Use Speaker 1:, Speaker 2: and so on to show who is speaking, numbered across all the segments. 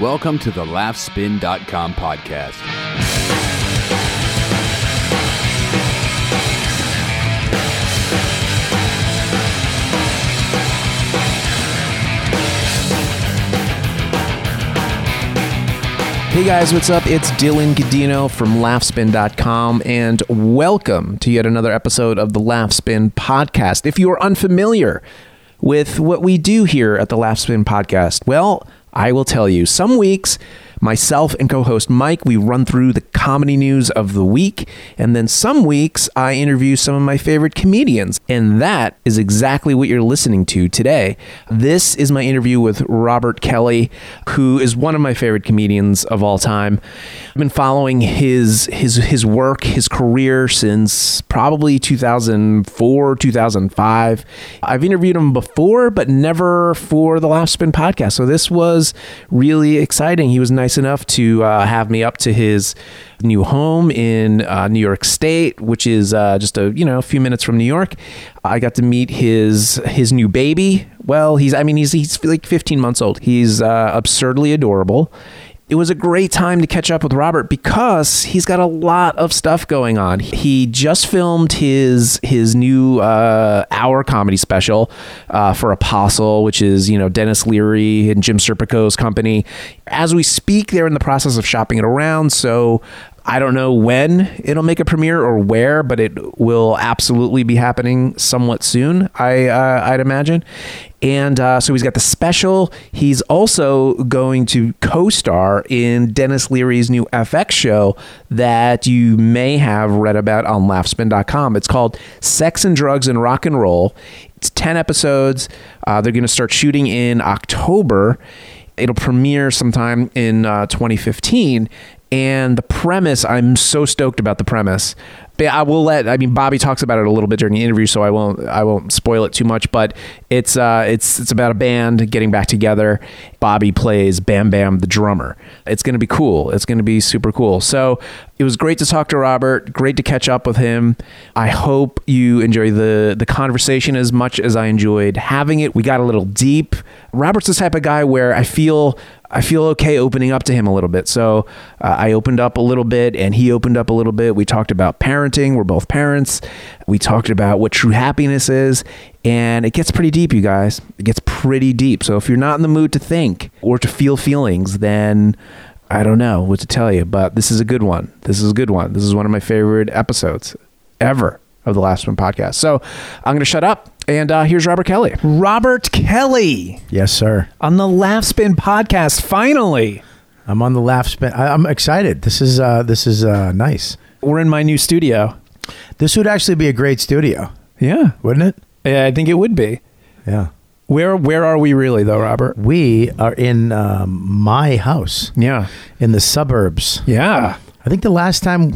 Speaker 1: Welcome to the laughspin.com podcast.
Speaker 2: Hey guys, what's up? It's Dylan Gadino from laughspin.com and welcome to yet another episode of the Laughspin podcast. If you are unfamiliar with what we do here at the Laughspin podcast, well, I will tell you. Some weeks, myself and co-host Mike, we run through the comedy news of the week, and then some weeks I interview some of my favorite comedians. And that is exactly what you're listening to today. This is my interview with Robert Kelly, who is one of my favorite comedians of all time. I've been following his his his work, his career since probably 2004, 2005. I've interviewed him before, but never for the Laugh Spin podcast. So this was really exciting. He was nice enough to uh, have me up to his new home in uh, New York State, which is uh, just a you know a few minutes from New York. I got to meet his his new baby. Well, he's I mean he's he's like 15 months old. He's uh, absurdly adorable. It was a great time to catch up with Robert because he's got a lot of stuff going on. He just filmed his his new uh, hour comedy special uh, for Apostle, which is you know Dennis Leary and Jim Serpico's company. As we speak, they're in the process of shopping it around. So I don't know when it'll make a premiere or where, but it will absolutely be happening somewhat soon. I uh, I'd imagine. And uh, so he's got the special. He's also going to co-star in Dennis Leary's new FX show that you may have read about on laughspin.com. It's called Sex and Drugs and Rock and Roll. It's 10 episodes. Uh, they're going to start shooting in October. It'll premiere sometime in uh, 2015 and the premise i'm so stoked about the premise But i will let i mean bobby talks about it a little bit during the interview so i won't i won't spoil it too much but it's uh it's it's about a band getting back together bobby plays bam bam the drummer it's going to be cool it's going to be super cool so it was great to talk to robert great to catch up with him i hope you enjoy the the conversation as much as i enjoyed having it we got a little deep robert's the type of guy where i feel I feel okay opening up to him a little bit. So uh, I opened up a little bit and he opened up a little bit. We talked about parenting. We're both parents. We talked about what true happiness is. And it gets pretty deep, you guys. It gets pretty deep. So if you're not in the mood to think or to feel feelings, then I don't know what to tell you. But this is a good one. This is a good one. This is one of my favorite episodes ever of the Last One podcast. So I'm going to shut up. And uh, here's Robert Kelly.
Speaker 3: Robert Kelly
Speaker 4: Yes, sir.
Speaker 3: on the Laugh Spin podcast. Finally,
Speaker 4: I'm on the laugh spin. I, I'm excited. This is uh, this is uh, nice.
Speaker 3: we're in my new studio.
Speaker 4: This would actually be a great studio,
Speaker 3: Yeah,
Speaker 4: wouldn't it?
Speaker 3: yeah, I think it would be.
Speaker 4: Yeah.
Speaker 3: Where where are we really though, Robert?
Speaker 4: We are in um, my house
Speaker 3: Yeah,
Speaker 4: in the suburbs.
Speaker 3: yeah.
Speaker 4: I think the last time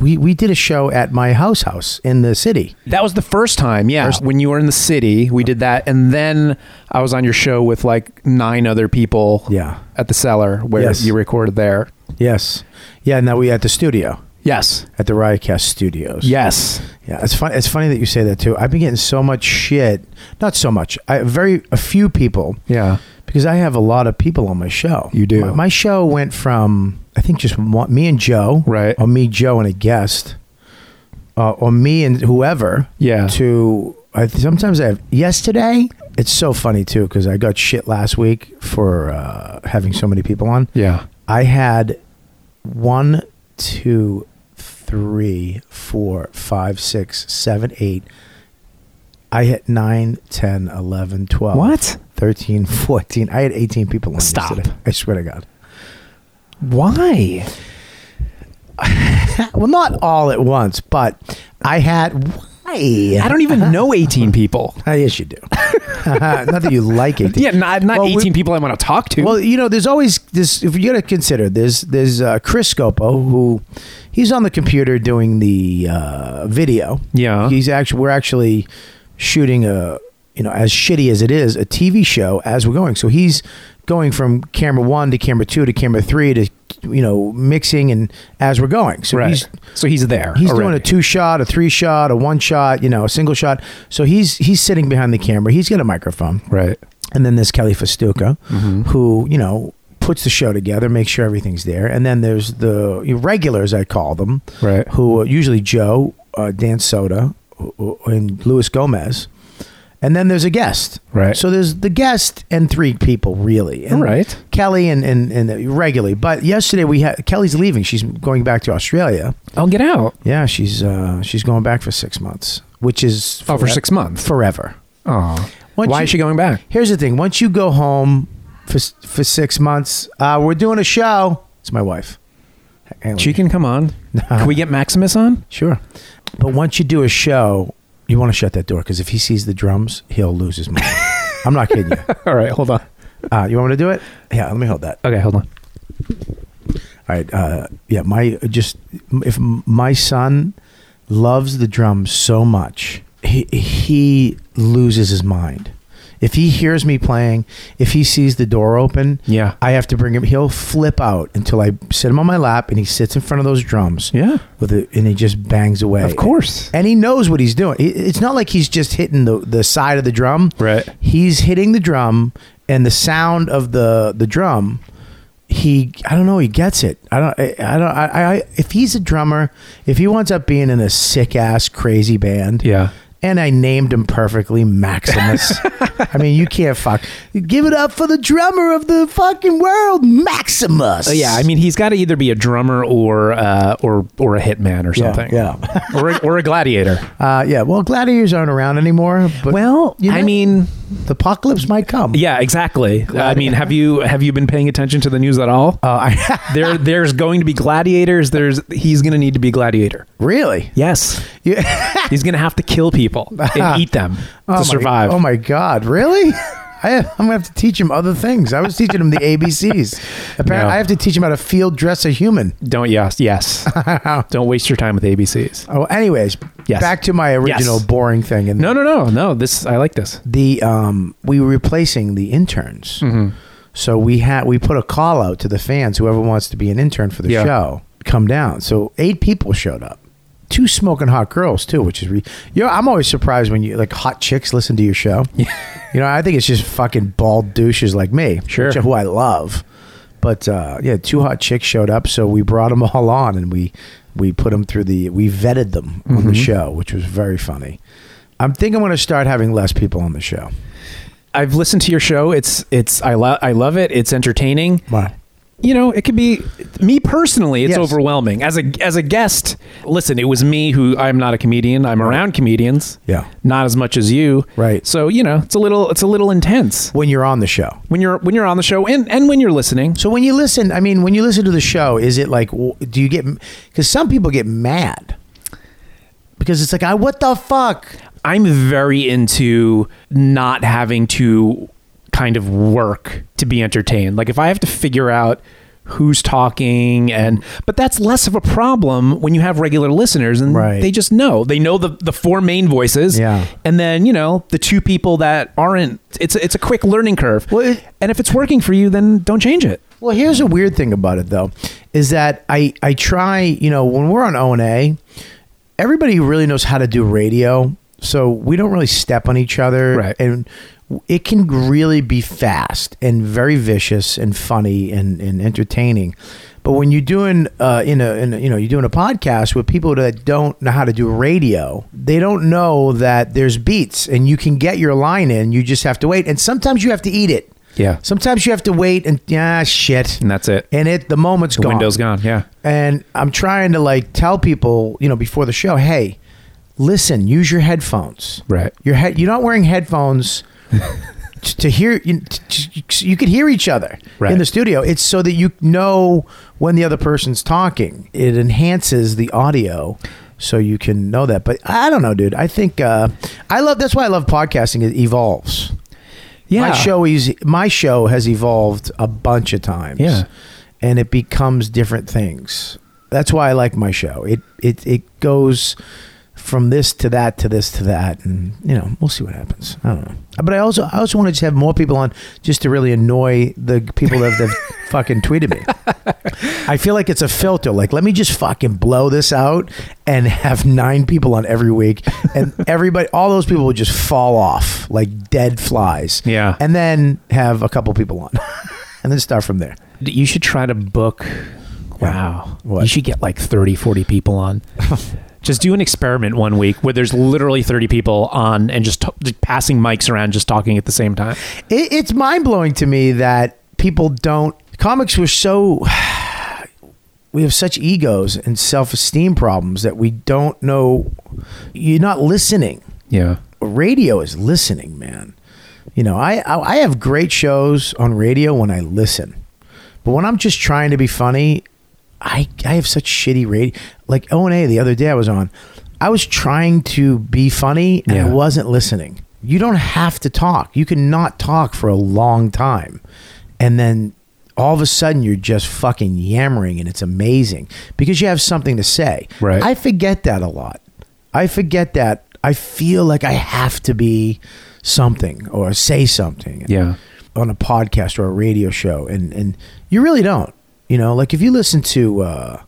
Speaker 4: we we did a show at my house house in the city.
Speaker 3: That was the first time. Yeah, when you were in the city, we did that, and then I was on your show with like nine other people.
Speaker 4: Yeah.
Speaker 3: at the cellar where
Speaker 4: Yes.
Speaker 3: you recorded there.
Speaker 4: Yes. Yeah. Now we at the studio
Speaker 3: Yes,
Speaker 4: at the Riotcast Studios.
Speaker 3: yes.
Speaker 4: Yeah, it's fun. It's funny that you say that too. I've been getting so much shit. Not so much. I very a few people.
Speaker 3: Yeah.
Speaker 4: because I have a lot of people on my show.
Speaker 3: You do.
Speaker 4: My, my show went from I think just one, me and Joe,
Speaker 3: Right.
Speaker 4: or me, Joe, and a guest, uh, or me and whoever.
Speaker 3: Yeah.
Speaker 4: To I sometimes I have yesterday. It's so funny too because I got shit last week for uh, having so many people on.
Speaker 3: Yeah,
Speaker 4: I had one, two, three, four, five, six, seven, eight. I hit 9, 10, 11, 12.
Speaker 3: What?
Speaker 4: 13, 14. I had 18 people on
Speaker 3: Stop.
Speaker 4: yesterday. I swear to God.
Speaker 3: Why?
Speaker 4: Well, not all at once, but I had. Why?
Speaker 3: I don't even know 18 people.
Speaker 4: Ah, yes, you do. not that you like it.
Speaker 3: Yeah, not, not
Speaker 4: Well, we-
Speaker 3: 18 people I want to talk to.
Speaker 4: Well, you know, there's always this. If you got to consider, there's there's uh, Chris Scopo who he's on the computer doing the uh, video.
Speaker 3: Yeah.
Speaker 4: he's actually we're actually shooting a you know as shitty as it is a TV show as we're going. So he's going from camera one to camera two to camera three to you know mixing and as we're going. So
Speaker 3: right.
Speaker 4: he's
Speaker 3: so he's there.
Speaker 4: He's doing a
Speaker 3: already.
Speaker 4: two shot, a three shot, a one shot, you know, a single shot. So he's he's sitting behind the camera. He's got a microphone
Speaker 3: Right.
Speaker 2: Mm-hmm.
Speaker 4: and then there's Kelly Festuca, who you know puts the show together, makes sure everything's there, and then there's the regulars I call them,
Speaker 2: Right.
Speaker 4: Who are usually Joe, uh, Dan Soda, who- who- and Luis Gomez, and then there's a guest,
Speaker 2: Right.
Speaker 4: So there's the guest and three people really, and
Speaker 2: Right.
Speaker 4: Kelly and and, and regularly, but yesterday we had Kelly's leaving; she's going back to Australia.
Speaker 2: I'll get out.
Speaker 4: Yeah, she's uh, she's going back for six months, which is
Speaker 2: Oh, for
Speaker 4: forever-
Speaker 2: six months?
Speaker 4: forever.
Speaker 2: Oh,
Speaker 4: Once
Speaker 2: why
Speaker 4: you-
Speaker 2: is she going back?
Speaker 4: Here's the thing: once you go home for for six months, uh, we're doing a show. It's my wife. Hang on.
Speaker 2: She can come on. Can we get Maximus on?
Speaker 4: sure, but once you do a show, you want to shut that door because if he sees the drums, he'll lose his mind. I'm not kidding you.
Speaker 2: All right, hold on.
Speaker 4: Uh, you want me to do it? Yeah, let me hold that.
Speaker 2: Okay, hold on.
Speaker 4: All right. Uh, yeah, my just if my son loves the drums so much, he he loses his mind. If he hears me playing, if he sees the door open,
Speaker 2: Yeah.
Speaker 4: I have to bring him. He'll flip out until I sit him on my lap and he sits in front of those drums.
Speaker 2: Yeah.
Speaker 4: with it, and he just bangs away.
Speaker 2: Of course.
Speaker 4: and he knows what he's doing. It- It's not like he's just hitting the the side of the drum.
Speaker 2: Right.
Speaker 4: he's hitting the drum, and the sound of the the drum. He, I don't know. He gets it. I don't. I, I don't. I, I. If he's a drummer, if he winds up being in a sick ass crazy band,
Speaker 2: Yeah.
Speaker 4: and I named him perfectly Maximus. I mean, you can't fuck. Give it up for the drummer of the fucking world, Maximus.
Speaker 2: Uh, yeah, I mean, he's got to either be a drummer or uh, or or a hitman or
Speaker 4: Yeah,
Speaker 2: something.
Speaker 4: yeah.
Speaker 2: or a, or a gladiator.
Speaker 4: Uh, yeah. Well, gladiators aren't around anymore. But
Speaker 2: well,
Speaker 4: you
Speaker 2: I
Speaker 4: know-
Speaker 2: mean,
Speaker 4: the apocalypse might come.
Speaker 2: yeah, exactly. I mean, have you have you been paying attention to the news at all?
Speaker 4: Uh, I,
Speaker 2: there, there's going to be gladiators. There's he's going to need to be a gladiator.
Speaker 4: really?
Speaker 2: Yes,
Speaker 4: Yeah.
Speaker 2: he's going to have to kill people and eat them
Speaker 4: my,
Speaker 2: to survive.
Speaker 4: Oh my God! Really? I, I'm gonna have to teach him other things. I was teaching him the ABCs. Apparently,
Speaker 2: No.
Speaker 4: I have to teach him how to field dress a human.
Speaker 2: Don't yes, yes. Don't waste your time with ABCs.
Speaker 4: Oh, anyways,
Speaker 2: Yes.
Speaker 4: back to my original
Speaker 2: Yes.
Speaker 4: boring thing. And
Speaker 2: No, no, no, no. This I like this.
Speaker 4: the um we were replacing the interns.
Speaker 2: Mm-hmm.
Speaker 4: So we had we put a call out to the fans. Whoever wants to be an intern for the
Speaker 2: Yeah.
Speaker 4: show, come down. So eight people showed up. Two smoking hot girls too, which is re- you know I'm always surprised when you like hot chicks listen to your show. you know I think it's just fucking bald douches like me,
Speaker 2: Sure.
Speaker 4: which- who I love. But uh, yeah, two hot chicks showed up, so we brought them all on and we we put them through the we vetted them on the show, which was very funny. I'm think I'm going to start having less people on the show.
Speaker 2: I've listened to your show. It's it's I love I love it. It's entertaining.
Speaker 4: Wow.
Speaker 2: You know, it could be me personally. It's
Speaker 4: Yes.
Speaker 2: overwhelming as a as a guest. Listen, it was me who I'm not a comedian. I'm around comedians.
Speaker 4: Yeah.
Speaker 2: not as much as you.
Speaker 4: Right.
Speaker 2: So you know, it's a little it's a little intense
Speaker 4: When you're on the show.
Speaker 2: when you're when you're on the show and and when you're listening.
Speaker 4: So when you listen, I mean, when you listen to the show, is it like, w- do you get, because some people get mad because it's like, I, what the fuck?
Speaker 2: I'm very into not having to kind of work to be entertained. Like if I have to figure out who's talking and but that's less of a problem when you have regular listeners and
Speaker 4: Right.
Speaker 2: they just know. They know the the four main voices.
Speaker 4: Yeah.
Speaker 2: And then, you know, the two people that aren't it's a- it's a quick learning curve.
Speaker 4: Well, it-
Speaker 2: and if it's working for you, then don't change it.
Speaker 4: Well, here's a weird thing about it though, is that I, I try, you know, when we're on O and A, everybody really knows how to do radio. So we don't really step on each other.
Speaker 2: Right.
Speaker 4: And it can really be fast and very vicious and funny and, and entertaining. But when you're doing uh, in, a, in a you know you're doing a podcast with people that don't know how to do radio, they don't know that there's beats and you can get your line in. You just have to wait, and sometimes you have to eat it.
Speaker 2: Yeah.
Speaker 4: Sometimes you have to wait and yeah, shit.
Speaker 2: And that's it.
Speaker 4: And it the moment's
Speaker 2: The
Speaker 4: gone.
Speaker 2: window's gone. Yeah.
Speaker 4: And I'm trying to like tell people, you know, before the show, hey, listen, use your headphones.
Speaker 2: Right.
Speaker 4: Your head. You're not wearing headphones. t- To hear you, t- t- you could hear each other
Speaker 2: Right.
Speaker 4: in the studio. It's so that you know when the other person's talking. It enhances the audio, so you can know that. But I don't know, dude. I think uh, I love. That's why I love podcasting. It evolves.
Speaker 2: Yeah.
Speaker 4: My show is my show has evolved a bunch of times.
Speaker 2: Yeah.
Speaker 4: And it becomes different things. That's why I like my show. It it it goes from this to that to this to that and you know, we'll see what happens. I don't know. But I also I also want to just have more people on just to really annoy the people that have fucking tweeted me. I feel like it's a filter. Like, let me just fucking blow this out and have nine people on every week, and everybody, all those people would just fall off like dead flies.
Speaker 2: Yeah.
Speaker 4: and then have a couple people on. and then start from there.
Speaker 2: You should try to book. Wow.
Speaker 4: What?
Speaker 2: You should get like 30, 40 people on. just do an experiment one week where there's literally 30 people on and just, t- just passing mics around, just talking at the same time.
Speaker 4: It, it's mind blowing to me that people don't. Comics were so. We have such egos and self esteem problems that we don't know. You're not listening.
Speaker 2: Yeah.
Speaker 4: Radio is listening, man. You know, I, I I have great shows on radio when I listen, but when I'm just trying to be funny, I I have such shitty radio. Like O and A the other day I was on, I was trying to be funny and
Speaker 2: Yeah.
Speaker 4: I wasn't listening. You don't have to talk. You can not talk for a long time, and then all of a sudden you're just fucking yammering, and it's amazing because you have something to say.
Speaker 2: Right.
Speaker 4: I forget that a lot. I forget that. I feel like I have to be something or say something
Speaker 2: Yeah.
Speaker 4: on a podcast or a radio show, and and you really don't. You know, like if you listen to uh,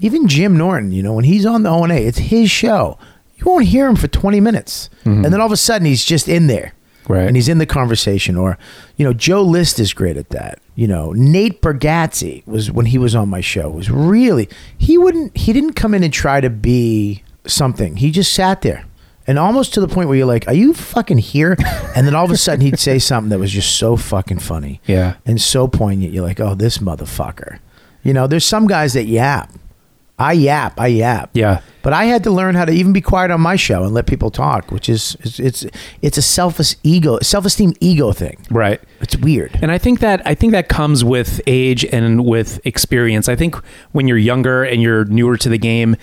Speaker 4: even Jim Norton, you know, when he's on the O and A, it's his show. You won't hear him for twenty minutes, and then all of a sudden he's just in there,
Speaker 2: Mm-hmm. Right.
Speaker 4: And he's in the conversation. Or, you know, Joe List is great at that. You know, Nate Bargatze was when he was on my show was really he wouldn't he didn't come in and try to be something. He just sat there. And almost to the point where you're like, "Are you fucking here?" And then all of a sudden, he'd say something that was just so fucking funny,
Speaker 2: Yeah.
Speaker 4: and so poignant. You're like, "Oh, this motherfucker." You know, there's some guys that yap. I yap. I yap.
Speaker 2: Yeah.
Speaker 4: But I had to learn how to even be quiet on my show and let people talk, which is it's it's, it's a selfish ego, self esteem ego thing.
Speaker 2: Right.
Speaker 4: It's weird.
Speaker 2: And I think that I think that comes with age and with experience. I think when you're younger and you're newer to the game,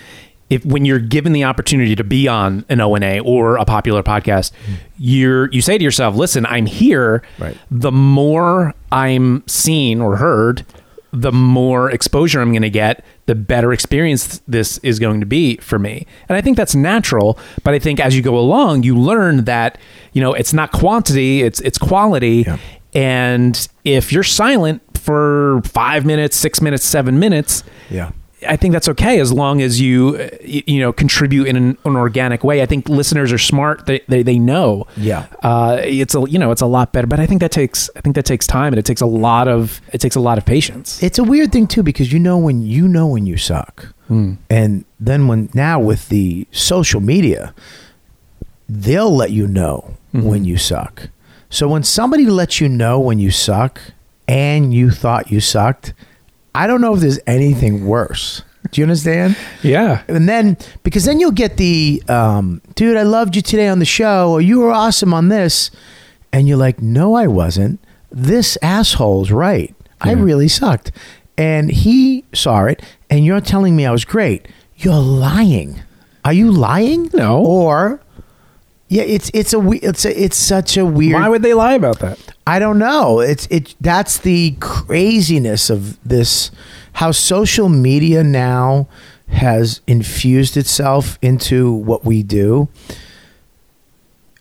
Speaker 2: if when you're given the opportunity to be on an O and A or a popular podcast, you're you say to yourself, "Listen, I'm here.
Speaker 4: Right.
Speaker 2: The more I'm seen or heard, the more exposure I'm going to get, the better experience this is going to be for me. And I think that's natural, but I think as you go along, you learn that, you know, it's not quantity, it's it's quality.
Speaker 4: Yeah.
Speaker 2: And if you're silent for 5 minutes, 6 minutes, 7 minutes,
Speaker 4: Yeah.
Speaker 2: I think that's okay as long as you uh, y- you know contribute in an, an organic way. I think listeners are smart; they they, they know.
Speaker 4: Yeah.
Speaker 2: uh, it's a you know it's a lot better, but I think that takes I think that takes time and it takes a lot of it takes a lot of patience.
Speaker 4: It's a weird thing too because you know when you know when you suck, and then when now with the social media, they'll let you know when you suck. So when somebody lets you know when you suck and you thought you sucked, I don't know if there's anything worse. Do you understand?
Speaker 2: yeah,
Speaker 4: And then, because then you'll get the, um, dude, I loved you today on the show, or you were awesome on this. And you're like, no, I wasn't. This asshole's right. I really sucked. And he saw it, and you're telling me I was great. You're lying. Are you lying?
Speaker 2: No.
Speaker 4: Or, yeah, it's it's a we- it's a, it's such a weird.
Speaker 2: why would they lie about that?
Speaker 4: I don't know. It's it. That's the craziness of this. How social media now has infused itself into what we do.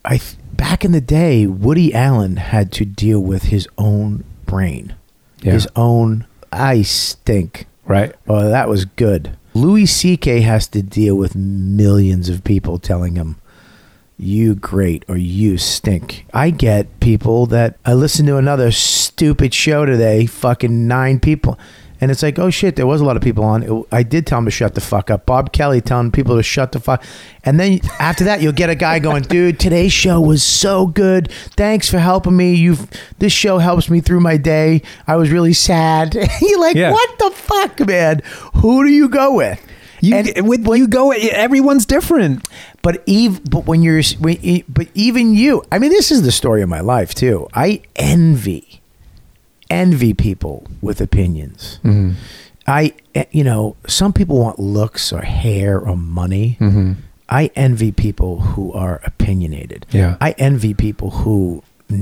Speaker 4: I th- back in the day, Woody Allen had to deal with his own brain,
Speaker 2: Yeah.
Speaker 4: his own I stink.
Speaker 2: Right.
Speaker 4: Oh, that was good. Louis C.K. has to deal with millions of people telling him, you great or you stink. I get people that I listened to another stupid show today, fucking nine people. And it's like, oh shit, there was a lot of people on. It- I did tell him to shut the fuck up. Bob Kelly telling people to shut the fuck. And then after that, you'll get a guy going, dude, today's show was so good. Thanks for helping me. You've this show helps me through my day. I was really sad. You're like,
Speaker 2: Yeah.
Speaker 4: what the fuck, man? Who do you go with?
Speaker 2: You
Speaker 4: And-
Speaker 2: with you go. Everyone's different.
Speaker 4: but eve but when you're when, e- but even you i mean this is the story of my life too i envy envy people with opinions i eh, you know some people want looks or hair or money i envy people who are opinionated
Speaker 2: Yeah.
Speaker 4: i envy people who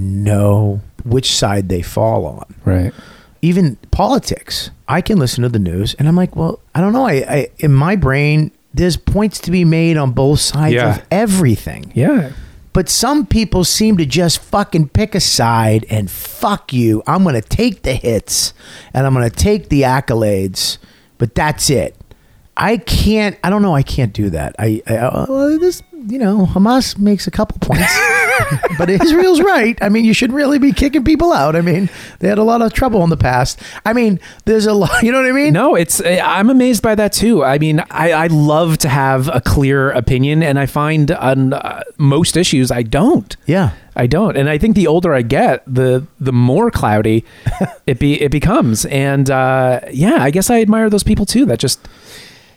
Speaker 4: know which side they fall on
Speaker 2: Right.
Speaker 4: even politics. I can listen to the news and I'm like, well, I don't know. I, I in my brain, there's points to be made on both sides
Speaker 2: Yeah.
Speaker 4: of everything.
Speaker 2: Yeah.
Speaker 4: But some people seem to just fucking pick a side and fuck you. I'm going to take the hits and I'm going to take the accolades, but that's it. I can't. I don't know. I can't do that. I, I uh, this, you know, Hamas makes a couple points. but Israel's right. I mean, you should really be kicking people out. I mean, they had a lot of trouble in the past. I mean, there's a lot. You know what I mean?
Speaker 2: No, it's eh, I'm amazed by that too. I mean, I, I love to have a clear opinion, and I find on uh, most issues I don't.
Speaker 4: Yeah.
Speaker 2: I don't, and I think the older I get, the the more cloudy it be it becomes. And uh, yeah, I guess I admire those people too. That just,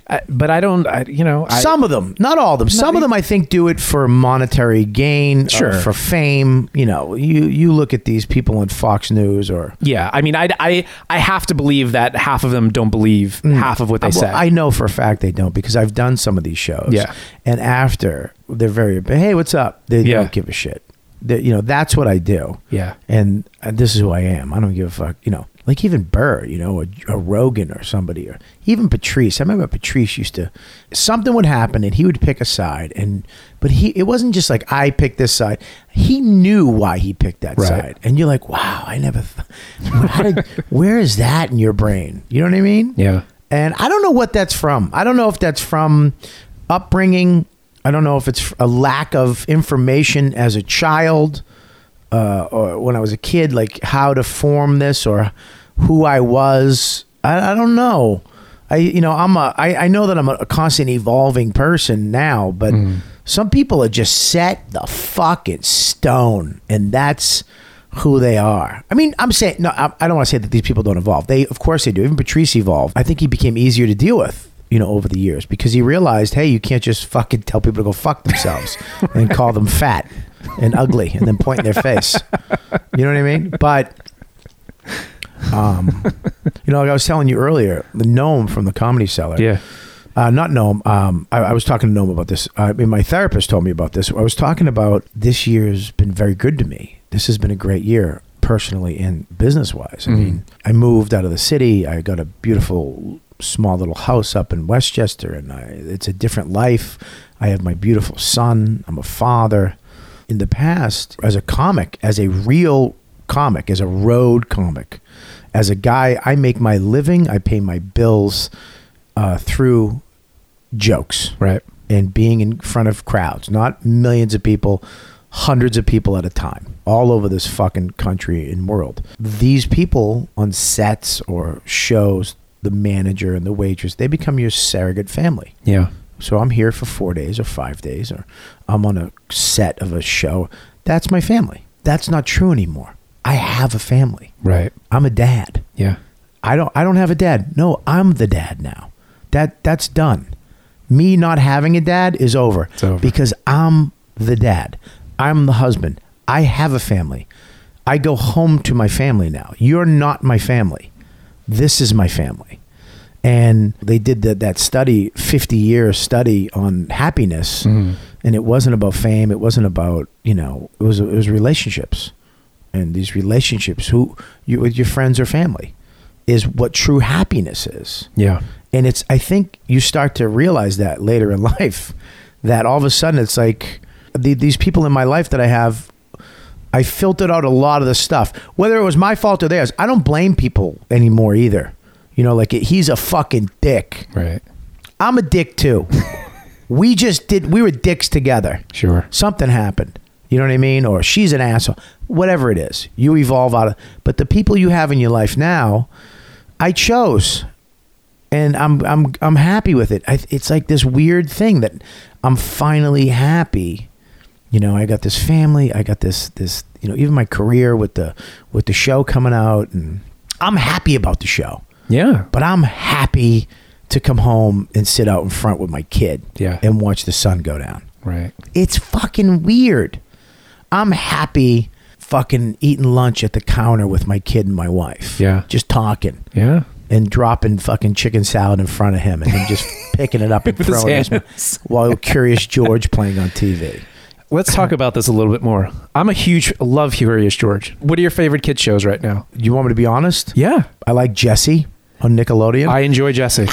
Speaker 2: I, but I don't. I, you know, I,
Speaker 4: some of them, not all of them. Some of them, I think, do it for monetary gain, uh,
Speaker 2: Sure.
Speaker 4: for fame. You know, you you look at these people on Fox News or
Speaker 2: yeah. I mean, I I I have to believe that half of them don't believe half of what they
Speaker 4: Mm. Uh, Ah, Well,
Speaker 2: say.
Speaker 4: I know for a fact they don't because I've done some of these shows.
Speaker 2: Yeah.
Speaker 4: and after they're very, hey, what's up? They
Speaker 2: Yeah.
Speaker 4: don't give a shit. They, you know, that's what I do.
Speaker 2: Yeah.
Speaker 4: and uh, this is who I am. I don't give a fuck. You know, like even Burr, you know, or, or Rogan or somebody, or even Patrice. I remember Patrice used to something would happen and he would pick a side, and but he it wasn't just like I picked this side. He knew why he picked that
Speaker 2: Right.
Speaker 4: side, and you're like, wow, I never. Th- how did, where is that in your brain? You know what I mean?
Speaker 2: yeah.
Speaker 4: And I don't know what that's from. I don't know if that's from upbringing. I don't know if it's a lack of information as a child uh, or when I was a kid, like how to form this or who I was. I, I don't know. I you know I'm a I, I know that I'm a, a constant evolving person now, but some people are just set the fucking stone, and that's who they are. I mean, I'm saying no. I, I don't want to say that these people don't evolve. They of course they do. Even Patrice evolved. I think he became easier to deal with. You know, over the years, because he realized, hey, you can't just fucking tell people to go fuck themselves and call them fat and ugly and then point in their face. You know what I mean? But um, you know, like I was telling you earlier, the gnome from the comedy cellar.
Speaker 2: Yeah.
Speaker 4: Uh, not gnome. Um, I, I was talking to gnome about this. I mean, my therapist told me about this. I was talking about this year's been very good to me. This has been a great year personally and business wise. I mean, I moved out of the city. I got a beautiful small little house up in Westchester, and I, it's a different life. I have my beautiful son. I'm a father in the past as a comic, as a real comic, as a road comic, as a guy, I make my living, I pay my bills uh, through jokes
Speaker 2: Right.
Speaker 4: and being in front of crowds, not millions of people, hundreds of people at a time, all over this fucking country and world. These people on sets or shows, the manager and the waitress, they become your surrogate family.
Speaker 2: Yeah.
Speaker 4: So I'm here for four days or five days, or I'm on a set of a show. That's my family. That's not true anymore. I have a family.
Speaker 2: Right.
Speaker 4: I'm a dad.
Speaker 2: Yeah.
Speaker 4: I don't. I don't have a dad. No, I'm the dad now. That that's done. Me not having a dad is over.
Speaker 2: It's over.
Speaker 4: Because I'm the dad. I'm the husband. I have a family. I go home to my family now. You're not my family. This is my family. And they did that that study, 50 year study on happiness. And it wasn't about fame. It wasn't about, you know, it was, it was relationships. And these relationships, who you with your friends or family, is what true happiness is
Speaker 2: Yeah.
Speaker 4: and it's i think you start to realize that later in life that all of a sudden it's like the, these people in my life that i have i filtered out a lot of the stuff whether it was my fault or theirs i don't blame people anymore either you know like he's a fucking dick
Speaker 2: Right.
Speaker 4: i'm a dick too we just did we were dicks together
Speaker 2: Sure.
Speaker 4: something happened you know what i mean or she's an asshole whatever it is you evolve out of but the people you have in your life now i chose and i'm i'm i'm happy with it I, it's like this weird thing that i'm finally happy you know i got this family i got this this you know even my career with the with the show coming out and i'm happy about the show
Speaker 2: Yeah.
Speaker 4: but I'm happy to come home and sit out in front with my kid
Speaker 2: Yeah.
Speaker 4: and watch the sun go down.
Speaker 2: Right.
Speaker 4: It's fucking weird. I'm happy fucking eating lunch at the counter with my kid and my wife.
Speaker 2: Yeah.
Speaker 4: Just talking
Speaker 2: Yeah.
Speaker 4: and dropping fucking chicken salad in front of him and him just picking it up and
Speaker 2: With his
Speaker 4: throwing it in
Speaker 2: hands.
Speaker 4: his mouth while Curious George playing on TV.
Speaker 2: Let's talk about this a little bit more. I'm a huge love Curious George. What are your favorite kid shows right now?
Speaker 4: You want me to be honest?
Speaker 2: Yeah.
Speaker 4: I like Jesse on Nickelodeon.
Speaker 2: I enjoy Jessie.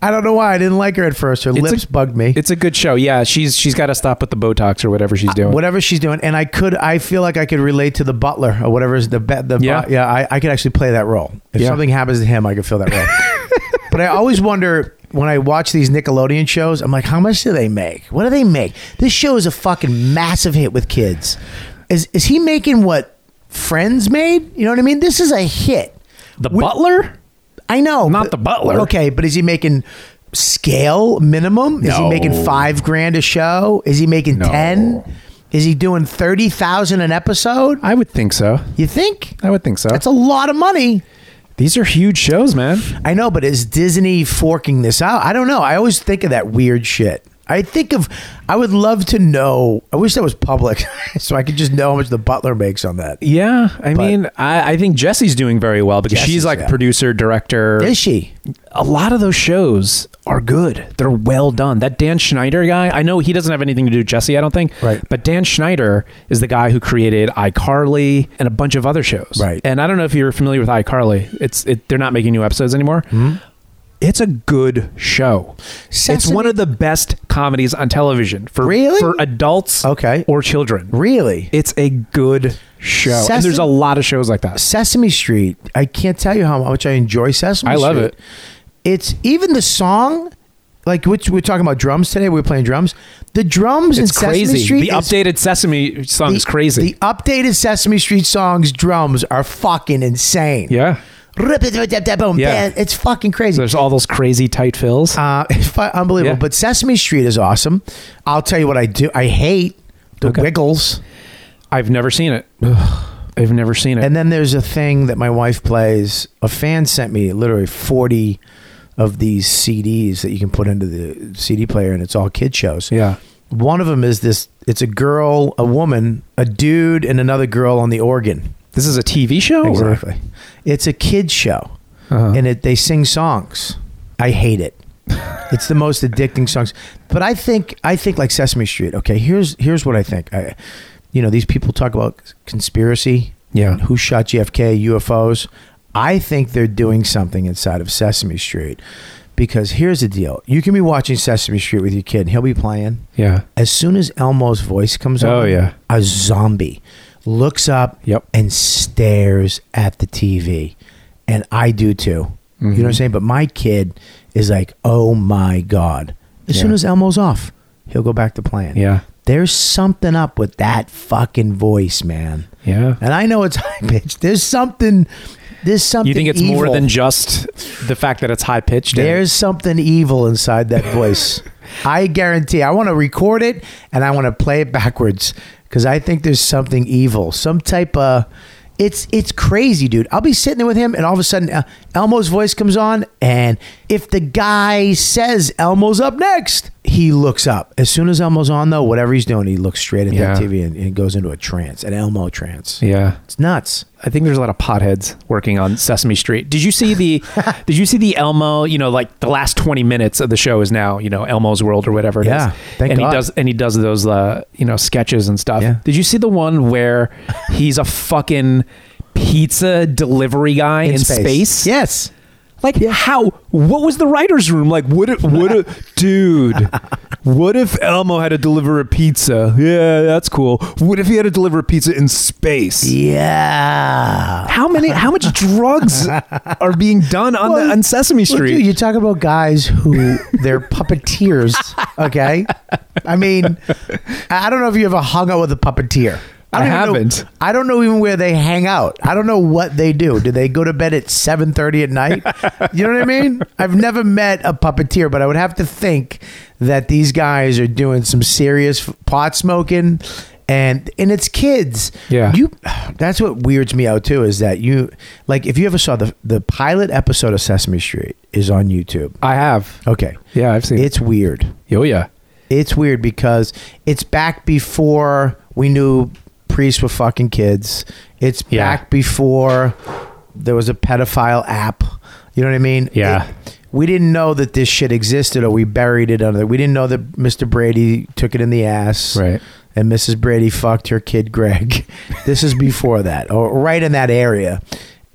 Speaker 4: I don't know why I didn't like her at first. Her
Speaker 2: a-
Speaker 4: lips bugged me.
Speaker 2: It's a good show. Yeah, she's she's got to stop with the Botox or whatever she's doing.
Speaker 4: whatever she's doing and i could i feel like i could relate to the butler or whatever is the be, the
Speaker 2: Yeah.
Speaker 4: yeah, yeah I, I could actually play that role if
Speaker 2: Yeah.
Speaker 4: something happens to him i could fill that role but i always wonder when I watch these Nickelodeon shows, I'm like, how much do they make? What do they make? This show is a fucking massive hit with kids. Is is he making what Friends made? You know what I mean? This is a hit.
Speaker 2: The
Speaker 4: We-
Speaker 2: butler?
Speaker 4: I know,
Speaker 2: Not
Speaker 4: but-
Speaker 2: the butler.
Speaker 4: Okay, but is he making scale minimum? Is he
Speaker 2: No.
Speaker 4: making five grand a show? Is he making
Speaker 2: No.
Speaker 4: ten? Is he doing thirty thousand an episode?
Speaker 2: I would think so.
Speaker 4: You think
Speaker 2: I would think so.
Speaker 4: that's a lot of money?
Speaker 2: These are huge shows, man.
Speaker 4: I know, but is Disney forking this out? I don't know. I always think of that weird shit. I think of. I would love to know. I wish that was public, so I could just know how much the butler makes on that.
Speaker 2: Yeah, I mean, I, I think Jesse's doing very well because
Speaker 4: Jessie's,
Speaker 2: she's like
Speaker 4: yeah.
Speaker 2: producer, director.
Speaker 4: Is she?
Speaker 2: a lot of those shows are good. They're well done. That Dan Schneider guy, I know he doesn't have anything to do with Jesse, I don't think.
Speaker 4: Right.
Speaker 2: But Dan Schneider is the guy who created iCarly and a bunch of other shows.
Speaker 4: Right.
Speaker 2: And I don't know if you're familiar with iCarly. It's it, they're not making new episodes anymore.
Speaker 4: Mm-hmm.
Speaker 2: It's a good show. It's
Speaker 4: Sesame-
Speaker 2: one of the best comedies on television for
Speaker 4: Really?
Speaker 2: for adults
Speaker 4: Okay.
Speaker 2: or children.
Speaker 4: Really?
Speaker 2: It's a good show.
Speaker 4: Sesame-
Speaker 2: and there's a lot of shows like that.
Speaker 4: Sesame Street. I can't tell you how much I enjoy Sesame.
Speaker 2: I love
Speaker 4: Street.
Speaker 2: it.
Speaker 4: It's even the song, like which we're talking about drums today. We are playing drums. The drums
Speaker 2: It's
Speaker 4: in Sesame
Speaker 2: crazy.
Speaker 4: Street.
Speaker 2: the
Speaker 4: is-
Speaker 2: updated Sesame song is
Speaker 4: the-
Speaker 2: crazy.
Speaker 4: The updated Sesame Street songs drums are fucking insane.
Speaker 2: yeah.
Speaker 4: Rip it, rip it, rip it, boom,
Speaker 2: Yeah.
Speaker 4: bam. It's fucking crazy.
Speaker 2: So there's all those crazy tight fills.
Speaker 4: Uh, fu- unbelievable.
Speaker 2: Yeah.
Speaker 4: But Sesame Street is awesome. I'll tell you what I do. I hate the
Speaker 2: Okay.
Speaker 4: Wiggles.
Speaker 2: I've never seen it. I've never seen it.
Speaker 4: And then there's a thing that my wife plays. A fan sent me literally 40 of these CDs that you can put into the CD player, and it's all kid shows.
Speaker 2: yeah.
Speaker 4: One of them is this. It's a girl, a woman, a dude, and another girl on the organ.
Speaker 2: This is a TV show? or-
Speaker 4: Exactly. It's a kid show,
Speaker 2: Uh-huh.
Speaker 4: and it, they sing songs. I hate it. it's the most addicting songs. But I think I think like Sesame Street. Okay, here's here's what I think. I, you know, these people talk about conspiracy.
Speaker 2: Yeah.
Speaker 4: Who shot JFK? UFOs. I think they're doing something inside of Sesame Street. Because here's the deal. You can be watching Sesame Street with your kid and he'll be playing.
Speaker 2: Yeah.
Speaker 4: As soon as Elmo's voice comes
Speaker 2: Oh,
Speaker 4: on,
Speaker 2: yeah.
Speaker 4: a zombie looks up
Speaker 2: Yep.
Speaker 4: and stares at the TV. And I do too. You know
Speaker 2: Mm-hmm.
Speaker 4: what I'm saying? But my kid is like, oh my God. As soon
Speaker 2: Yeah.
Speaker 4: as Elmo's off, he'll go back to playing.
Speaker 2: Yeah.
Speaker 4: There's something up with that fucking voice, man.
Speaker 2: Yeah.
Speaker 4: And I know it's high pitched. There's something. There's something.
Speaker 2: You think it's more
Speaker 4: evil.
Speaker 2: than just the fact that it's high pitched?
Speaker 4: There's something evil inside that voice. I guarantee. I want to record it and I want to play it backwards because I think there's something evil, some type of. It's it's crazy, dude. I'll be sitting there with him, and all of a sudden, uh, Elmo's voice comes on, and if the guy says Elmo's up next, he looks up. As soon as Elmo's on, though, whatever he's doing, he looks straight at
Speaker 2: Yeah.
Speaker 4: that TV and, and goes into a trance, an Elmo trance.
Speaker 2: Yeah.
Speaker 4: It's nuts.
Speaker 2: I think there's a lot of potheads working on Sesame Street. Did you see the did you see the Elmo, you know, like the last 20 minutes of the show is now, you know, Elmo's World or whatever it is.
Speaker 4: Yeah, thank
Speaker 2: and
Speaker 4: God.
Speaker 2: he does and he does those uh, you know, sketches and stuff.
Speaker 4: Yeah.
Speaker 2: Did you see the one where he's a fucking pizza delivery guy in, space?
Speaker 4: Yes.
Speaker 2: Like how? What was the writers' room like? What? If, what? If, dude, what if Elmo had to deliver a pizza? Yeah, that's cool. What if he had to deliver a pizza in space?
Speaker 4: Yeah.
Speaker 2: How many? How much drugs are being done on the on Sesame
Speaker 4: Well,
Speaker 2: Street?
Speaker 4: dude, you talk about guys who they're puppeteers. Okay, I mean, I I don't know if you ever hung out with a puppeteer.
Speaker 2: I
Speaker 4: don't even know-
Speaker 2: haven't.
Speaker 4: I don't know even where they hang out. I don't know what they do. Do they go to bed at seven thirty at night? You know what I mean? I've never met a puppeteer, but I would have to think that these guys are doing some serious f- pot smoking, and and it's kids.
Speaker 2: Yeah.
Speaker 4: you that's what weirds me out too is that you like if you ever saw the the pilot episode of Sesame Street is on YouTube.
Speaker 2: I have.
Speaker 4: Okay.
Speaker 2: Yeah, I've seen
Speaker 4: It's weird.
Speaker 2: it. Oh yeah.
Speaker 4: It's weird because it's back before we knew priests were fucking kids. It's
Speaker 2: Yeah.
Speaker 4: back before there was a pedophile app. You know what I mean?
Speaker 2: Yeah.
Speaker 4: It- we didn't know that this shit existed or we buried it under. We didn't know that Mr. Brady took it in the ass.
Speaker 2: Right.
Speaker 4: And Mrs. Brady fucked her kid Greg. This is before that or right in that area.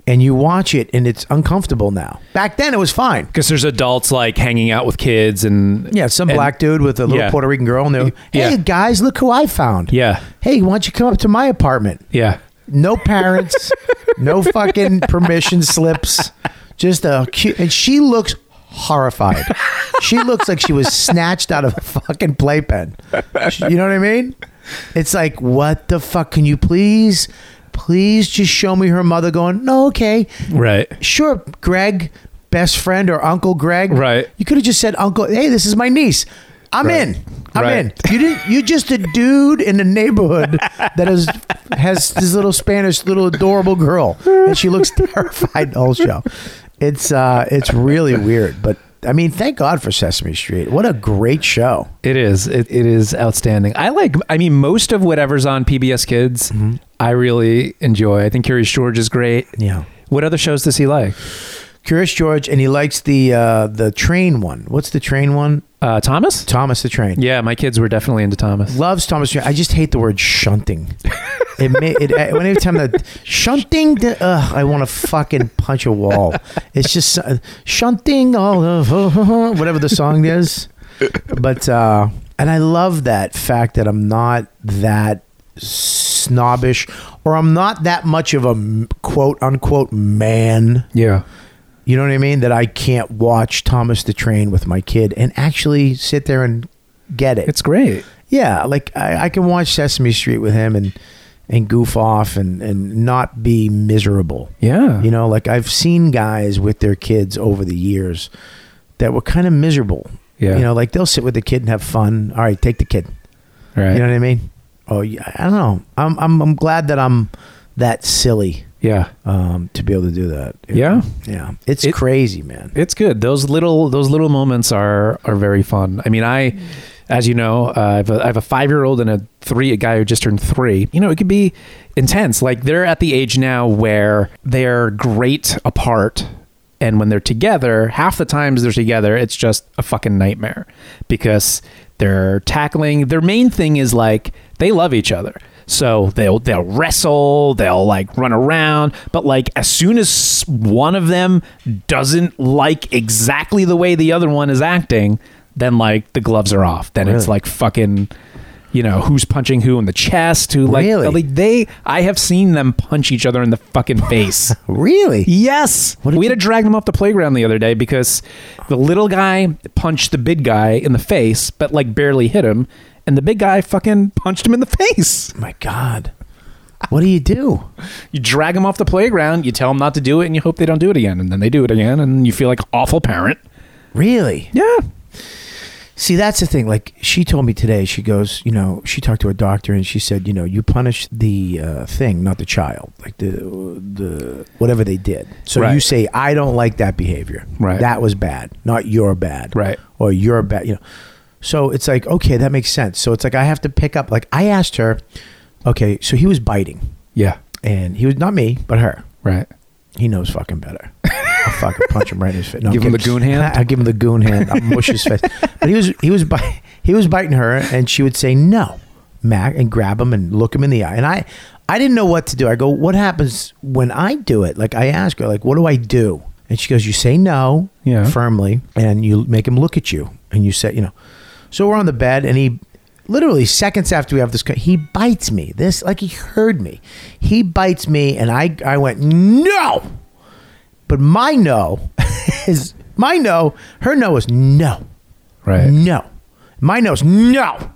Speaker 4: And you watch it and it's uncomfortable now. Back then it was fine.
Speaker 2: Because there's adults like hanging out with kids and
Speaker 4: Yeah, some
Speaker 2: and-
Speaker 4: black dude with a little
Speaker 2: Yeah.
Speaker 4: Puerto Rican girl, and they're, hey
Speaker 2: Yeah.
Speaker 4: guys, look who I found.
Speaker 2: Yeah.
Speaker 4: Hey, why don't you come up to my apartment?
Speaker 2: Yeah.
Speaker 4: No parents, no fucking permission slips, just a cute. And she looks horrified. she looks like she was snatched out of a fucking playpen. She- you know what I mean? It's like, what the fuck? Can you please, please just show me her mother going, no, okay.
Speaker 2: Right.
Speaker 4: Sure, Greg, best friend or Uncle Greg.
Speaker 2: Right.
Speaker 4: You could have just said, Uncle, hey, this is my niece. I'm
Speaker 2: Right.
Speaker 4: in. I'm
Speaker 2: Right.
Speaker 4: in. You didn't. You just a dude in the neighborhood that is has this little Spanish little adorable girl, and she looks terrified the whole show. It's uh, it's really weird, but I mean, thank God for Sesame Street. What a great show!
Speaker 2: It is. It, it is outstanding. I like. I mean, most of whatever's on PBS Kids, I really enjoy. I think Curious George is great.
Speaker 4: Yeah.
Speaker 2: What other shows does he like?
Speaker 4: Curious George, and he likes the uh, the train one. What's the train one?
Speaker 2: Uh, Thomas.
Speaker 4: Thomas the Train.
Speaker 2: Yeah, my kids were definitely into Thomas.
Speaker 4: loves Thomas Jane. I just hate the word shunting. It may, it uh, whenever time that shunting, the, ugh, I want to fucking punch a wall. It's just uh, shunting all of whatever the song is. But uh, and I love that fact that I'm not that snobbish, or I'm not that much of a m- quote unquote man.
Speaker 2: Yeah.
Speaker 4: You know what I mean? That I can't watch Thomas the Train with my kid and actually sit there and get it.
Speaker 2: It's great.
Speaker 4: Yeah, like I, I can watch Sesame Street with him and and goof off and and not be miserable.
Speaker 2: Yeah.
Speaker 4: You know, like I've seen guys with their kids over the years that were kind of miserable.
Speaker 2: Yeah.
Speaker 4: You know, like they'll sit with the kid and have fun. All right, take the kid.
Speaker 2: Right.
Speaker 4: You know what I mean? Oh, yeah, I don't know. I'm I'm I'm glad that I'm that silly
Speaker 2: yeah.
Speaker 4: um, to be able to do that.
Speaker 2: Yeah.
Speaker 4: Yeah. It's
Speaker 2: It-
Speaker 4: crazy, man.
Speaker 2: It's good. Those little those little moments are are very fun. I mean, I, as you know, uh, I have a, I have a five year old and a three a guy who just turned three. You know, it could be intense. Like they're at the age now where they're great apart, and when they're together, half the times they're together, it's just a fucking nightmare because they're tackling their main thing is like they love each other. So they'll they'll wrestle, they'll like run around, but like as soon as one of them doesn't like exactly the way the other one is acting, then like the gloves are off. Then it's
Speaker 4: Really?
Speaker 2: like fucking you know, who's punching who in the chest, who like,
Speaker 4: Really?
Speaker 2: like they I have seen them punch each other in the fucking face.
Speaker 4: Really?
Speaker 2: Yes.
Speaker 4: did
Speaker 2: we
Speaker 4: you-
Speaker 2: had to drag them off the playground the other day because the little guy punched the big guy in the face, but like barely hit him, and the big guy fucking punched him in the face.
Speaker 4: My God. What do you do?
Speaker 2: You drag him off the playground, you tell him not to do it, and you hope they don't do it again, and then they do it again, and you feel like an awful parent.
Speaker 4: Really?
Speaker 2: Yeah.
Speaker 4: See, that's the thing. Like she told me today, she goes, you know, she talked to her doctor and she said, you know, you punish the uh, thing, not the child, like the the whatever they did. So
Speaker 2: Right.
Speaker 4: you say, I don't like that behavior.
Speaker 2: Right.
Speaker 4: That was bad, not your bad.
Speaker 2: Right.
Speaker 4: Or your bad. You know. So it's like okay, that makes sense. So it's like I have to pick up. Like I asked her, okay, so he was biting,
Speaker 2: Yeah.
Speaker 4: and he was not me, but her.
Speaker 2: Right.
Speaker 4: He knows fucking better. I'll fucking punch him right in his face. No,
Speaker 2: Give
Speaker 4: I'm
Speaker 2: him the
Speaker 4: kidding.
Speaker 2: goon hand?
Speaker 4: I'll give him the goon hand. I'll mush his face. But he was he was bi- he was biting her, and she would say no, Mac, and grab him and look him in the eye. And I I didn't know what to do. I go, what happens when I do it? Like I ask her, like what do I do? And she goes, you say no,
Speaker 2: Yeah.
Speaker 4: firmly, and you make him look at you, and you say, you know. So we're on the bed, and he literally seconds after we have this, co- he bites me. This like he heard me. He bites me, and I I went no. But my no is my no. Her no is no.
Speaker 2: Right.
Speaker 4: No. My no is no.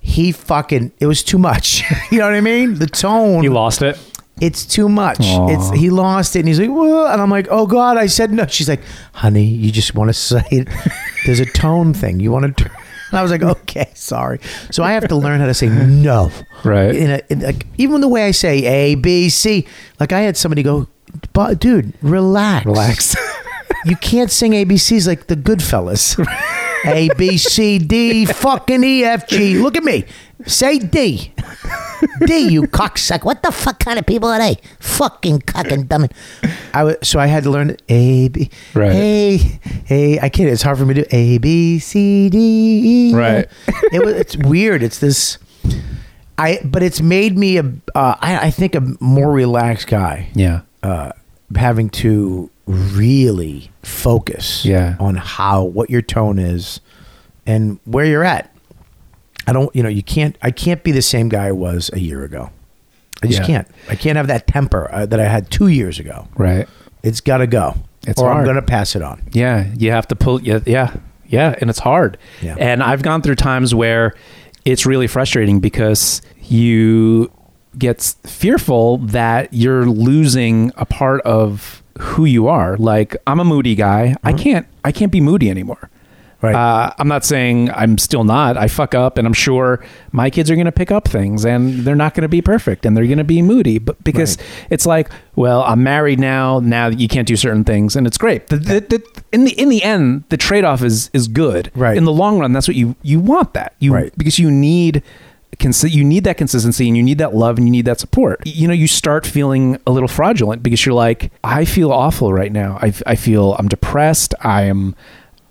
Speaker 4: He fucking it was too much. you know what I mean? The tone
Speaker 2: He lost it.
Speaker 4: it's too much.
Speaker 2: Aw.
Speaker 4: It's he lost it, and he's like, "Whoa," and I'm like, oh god, I said no. She's like, honey, you just want to say it. There's a tone thing. You want to. Turn. And I was like, okay, sorry. So I have to learn how to say no,
Speaker 2: Right.
Speaker 4: In a, in like, even the way I say A, B, C. Like I had somebody go, "Bu- dude, relax,
Speaker 2: Relax.
Speaker 4: you can't sing ABCs like the Goodfellas. A B C D fucking E F G. Look at me. Say D. D. You cocksuck. What the fuck kind of people are they? Fucking cocking dumb. I was so I had to learn A B.
Speaker 2: Right.
Speaker 4: A A. I can't. It's hard for me to do A B C D E.
Speaker 2: Right.
Speaker 4: It was. It's weird. It's this. I. But it's made me a. Uh, I, I think a more relaxed guy
Speaker 2: yeah.
Speaker 4: uh, having to really focus
Speaker 2: Yeah.
Speaker 4: on how what your tone is and where you're at. I don't, you know, you can't. I can't be the same guy I was a year ago. I just
Speaker 2: Yeah.
Speaker 4: can't. I can't have that temper uh, that I had two years ago.
Speaker 2: Right.
Speaker 4: It's got to go.
Speaker 2: It's
Speaker 4: or I'm
Speaker 2: hard.
Speaker 4: going to pass it on.
Speaker 2: Yeah, you have to pull. Yeah, yeah, yeah, and it's hard.
Speaker 4: Yeah.
Speaker 2: And I've gone through times where it's really frustrating because you get s- fearful that you're losing a part of who you are. Like I'm a moody guy. I
Speaker 4: Mm-hmm.
Speaker 2: can't. I can't be moody anymore.
Speaker 4: Right.
Speaker 2: Uh, I'm not saying I'm still not. I fuck up, and I'm sure my kids are going to pick up things, and they're not going to be perfect, and they're going to be moody. But because it's like, well, I'm married now. Now you can't do certain things, and it's great. The, the, the, in the in the end, the trade off is is good.
Speaker 4: Right.
Speaker 2: In the long run, that's what you you want. That you
Speaker 4: Right.
Speaker 2: because you need. Consi- you need that consistency and you need that love and you need that support. Y- You know, you start feeling a little fraudulent because you're like, I feel awful right now. I, I feel I'm depressed. I am,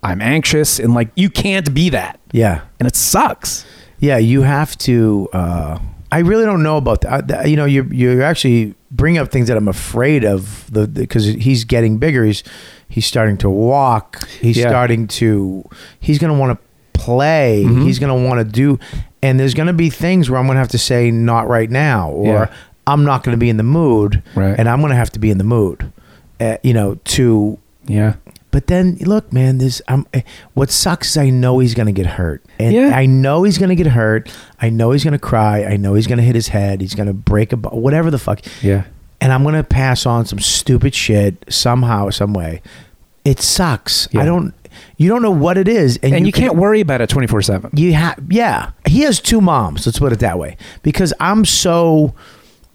Speaker 2: I'm anxious, and like you can't be that,
Speaker 4: Yeah.
Speaker 2: and it sucks.
Speaker 4: Yeah, you have to. Uh, I really don't know about that. I- You know, you you actually bring up things that I'm afraid of. The because he's getting bigger. He's he's starting to walk. He's
Speaker 2: Yeah.
Speaker 4: starting to. He's gonna want to play.
Speaker 2: Mm-hmm.
Speaker 4: He's gonna want to do. And there's gonna be things where I'm gonna have to say not right now, or
Speaker 2: Yeah.
Speaker 4: I'm not gonna be in the mood,
Speaker 2: Right.
Speaker 4: and I'm gonna have to be in the mood. Uh, you know, to
Speaker 2: Yeah,
Speaker 4: but then, look, man, this. Um, what sucks is I know he's gonna get hurt, and
Speaker 2: Yeah.
Speaker 4: I know he's gonna get hurt. I know he's gonna cry. I know he's gonna hit his head. He's gonna break a bu- whatever the fuck.
Speaker 2: Yeah.
Speaker 4: And I'm gonna pass on some stupid shit somehow, some way. It sucks.
Speaker 2: Yeah.
Speaker 4: I don't. You don't know what it is, and,
Speaker 2: and you,
Speaker 4: can-
Speaker 2: can't worry about it twenty four seven.
Speaker 4: you have yeah he has two moms let's put it that way because i'm so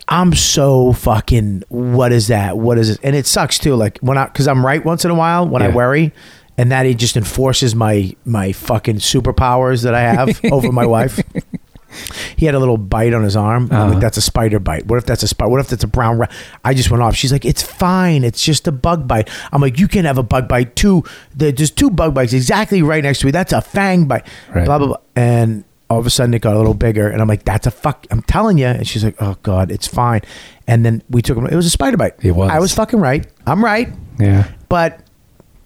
Speaker 4: i'm so fucking what is that what is it and it sucks too like when i because i'm right once in a while when i
Speaker 2: Yeah.
Speaker 4: worry and that it just enforces my my fucking superpowers that i have over my wife he had a little bite on his arm. I'm
Speaker 2: Uh-huh.
Speaker 4: like, that's a spider bite. What if that's a spider? What if that's a brown rat? I just went off. She's like, it's fine. It's just a bug bite. I'm like, you can have a bug bite too. There- There's two bug bites exactly right next to me. That's a fang bite.
Speaker 2: Right.
Speaker 4: Blah blah blah. And all of a sudden, it got a little bigger, and I'm like, that's a fuck. I'm telling you. And she's like, oh god, it's fine. And then we took him. It was a spider bite.
Speaker 2: It was.
Speaker 4: I was fucking right. I'm right
Speaker 2: Yeah,
Speaker 4: but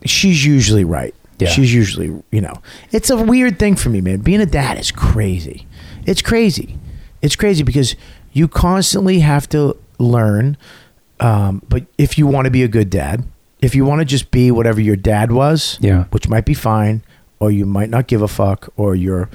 Speaker 4: she's usually right.
Speaker 2: Yeah.
Speaker 4: She's usually, you know, it's a weird thing for me, man. Being a dad is crazy. It's crazy. It's crazy because you constantly have to learn. Um, but if you want to be a good dad, if you want to just be whatever your dad was,
Speaker 2: Yeah.
Speaker 4: which might be fine, or you might not give a fuck, or you're,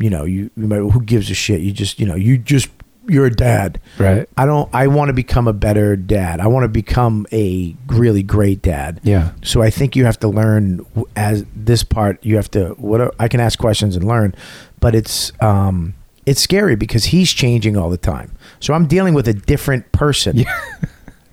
Speaker 4: you know, you, you might, who gives a shit? You just, you know, you just, you're a dad.
Speaker 2: Right.
Speaker 4: I don't. I want to become a better dad. I want to become a really great dad.
Speaker 2: Yeah.
Speaker 4: So I think you have to learn w- as this part. You have to. What are- I can ask questions and learn, but it's um it's scary because he's changing all the time. So I'm dealing with a different person.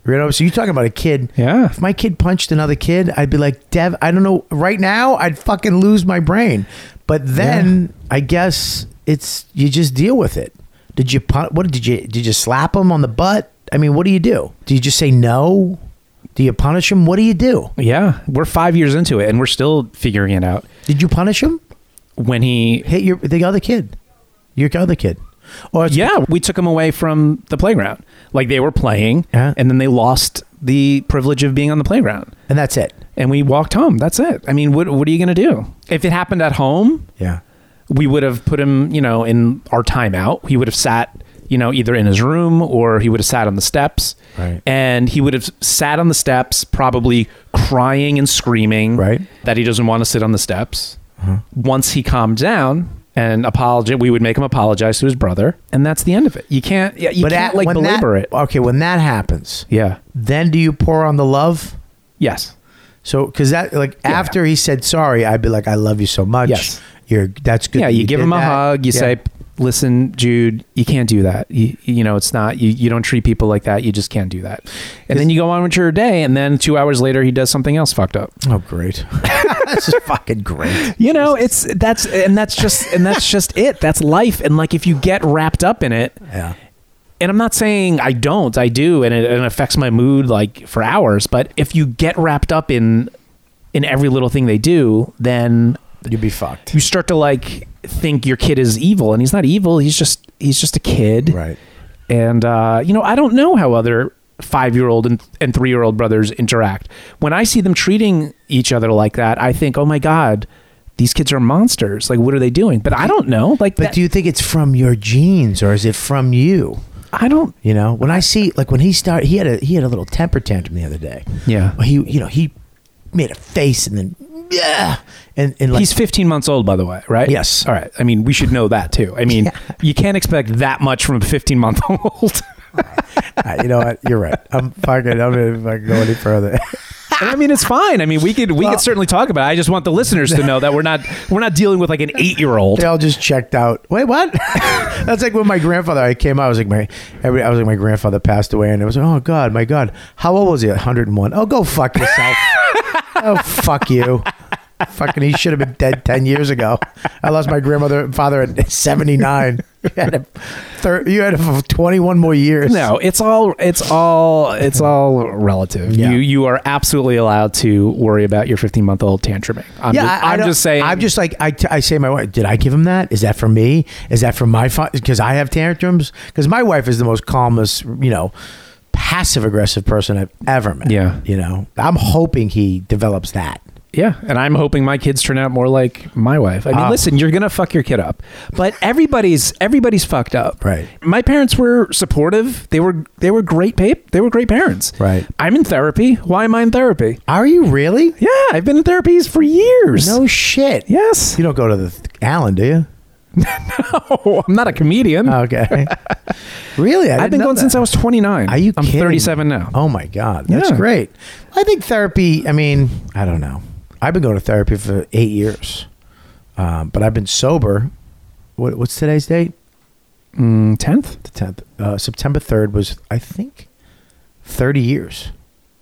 Speaker 4: You know, so you're talking about a kid.
Speaker 2: Yeah.
Speaker 4: If my kid punched another kid, I'd be like, Dev, I don't know. Right now, I'd fucking lose my brain. But then I guess it's, you just deal with it. Did you, pun- what did you, did you slap him on the butt? I mean, what do you do? Do you just say no? Do you punish him? What do you do?
Speaker 2: yeah. We're five years into it, and we're still figuring it out.
Speaker 4: Did you punish him?
Speaker 2: When he
Speaker 4: Hit your, the other kid, your other kid. Or it's-
Speaker 2: Yeah, we took them away from the playground. Like they were playing,
Speaker 4: Yeah.
Speaker 2: and then they lost the privilege of being on the playground.
Speaker 4: And that's it.
Speaker 2: And we walked home. That's it. I mean, what what are you going to do? If it happened at home,
Speaker 4: Yeah.
Speaker 2: we would have put him, you know, in our timeout. He would have sat, you know, either in his room or he would have sat on the steps.
Speaker 4: Right.
Speaker 2: And he would have sat on the steps, probably crying and screaming
Speaker 4: Right. Uh-huh.
Speaker 2: that he doesn't want to sit on the steps. Once he calmed down and apologize, we would make him apologize to his brother, and that's the end of it. You can't, yeah, you can't
Speaker 4: at-
Speaker 2: like
Speaker 4: when that-
Speaker 2: belabor it.
Speaker 4: Okay. When that happens,
Speaker 2: Yeah.
Speaker 4: then do you pour on the love?
Speaker 2: Yes.
Speaker 4: So, because that like
Speaker 2: Yeah.
Speaker 4: after he said sorry, I'd be like, I love you so much.
Speaker 2: Yes.
Speaker 4: you're that's good.
Speaker 2: Yeah.
Speaker 4: that
Speaker 2: You, give
Speaker 4: did
Speaker 2: him a
Speaker 4: that."
Speaker 2: hug. You
Speaker 4: Yeah.
Speaker 2: say, "Listen, Jude, you can't do that. You, you know, it's not. You, you don't treat people like that. You just can't do that." And then you go on with your day, and then two hours later, he does something else fucked up.
Speaker 4: "Oh, great, this is fucking great."
Speaker 2: You know, it's that's and that's just and that's just it. That's life. And like, if you get wrapped up in it,
Speaker 4: Yeah,
Speaker 2: and I'm not saying I don't, I do, and it, and it affects my mood like for hours. But if you get wrapped up in in every little thing they do, then
Speaker 4: you'd be fucked.
Speaker 2: you start to like think your kid is evil, and he's not evil. He's just he's just a kid,
Speaker 4: Right.
Speaker 2: And uh, you know, I don't know how other five year old and and three year old brothers interact. When I see them treating each other like that, I think, oh my god. These kids are monsters. Like, what are they doing? But I don't know. Like,
Speaker 4: But
Speaker 2: that,
Speaker 4: do you think it's from your genes or is it from you?
Speaker 2: I don't.
Speaker 4: You know, when I see like when he started, he had a he had a little temper tantrum the other day.
Speaker 2: Yeah.
Speaker 4: he you know he made a face and then yeah, and and like
Speaker 2: He's 15 months old, by the way, right?
Speaker 4: Yes.
Speaker 2: All right. I mean, we should know that too. I mean,
Speaker 4: Yeah.
Speaker 2: you can't expect that much from a 15 month old.
Speaker 4: Ah, you know what, you're right. I'm fucking. I'm gonna fucking go any further.
Speaker 2: And I mean, it's fine. I mean, we could we
Speaker 4: Well-
Speaker 2: could certainly talk about. it. I just want the listeners to know that we're not we're not dealing with like an eight year old.
Speaker 4: They all just checked out. Wait, what? That's like when my grandfather. I came out. I was like my. Every, I was like my grandfather passed away, and it was like, oh god, my god, how old was he? 101. Oh, go fuck yourself. oh fuck you. Fucking, he should have been dead ten years ago. I lost my grandmother and father at seventy nine. You had a, thir- you had a twenty one more years.
Speaker 2: No, it's all it's all it's all relative.
Speaker 4: Yeah.
Speaker 2: You you are absolutely allowed to worry about your 15 month old tantruming. I'm
Speaker 4: Yeah,
Speaker 2: just,
Speaker 4: I, I
Speaker 2: am
Speaker 4: don't-
Speaker 2: just saying.
Speaker 4: I'm just like I, t- I say. to My wife, did I give him that? Is that for me? Is that for my fun? Because I have tantrums. Because my wife is the most calmest, you know, passive aggressive person I've ever met.
Speaker 2: Yeah.
Speaker 4: you know, I'm hoping he develops that.
Speaker 2: Yeah, and I'm hoping my kids turn out more like my wife. I mean,
Speaker 4: Ah.
Speaker 2: listen, you're gonna fuck your kid up, but everybody's everybody's fucked up.
Speaker 4: Right.
Speaker 2: My parents were supportive. They were they were great. Pa- they were great parents.
Speaker 4: Right.
Speaker 2: I'm in therapy. Why am I in therapy?
Speaker 4: Are you really?
Speaker 2: Yeah, I've been in therapy for years.
Speaker 4: No shit.
Speaker 2: Yes.
Speaker 4: You don't go to the th- Allen, do you?
Speaker 2: Oh, I'm not a comedian.
Speaker 4: Okay. really? Uh, I
Speaker 2: I've been going since I was 29.
Speaker 4: Are you?
Speaker 2: I'm
Speaker 4: kidding?
Speaker 2: 37 now.
Speaker 4: Oh my god, that's
Speaker 2: Yeah.
Speaker 4: great. I think therapy. I mean, I don't know. I've been going to therapy for eight years, um, but I've been sober. What, what's today's date?
Speaker 2: Mm, 10th?
Speaker 4: The tenth. Uh, September third was, I think, thirty years.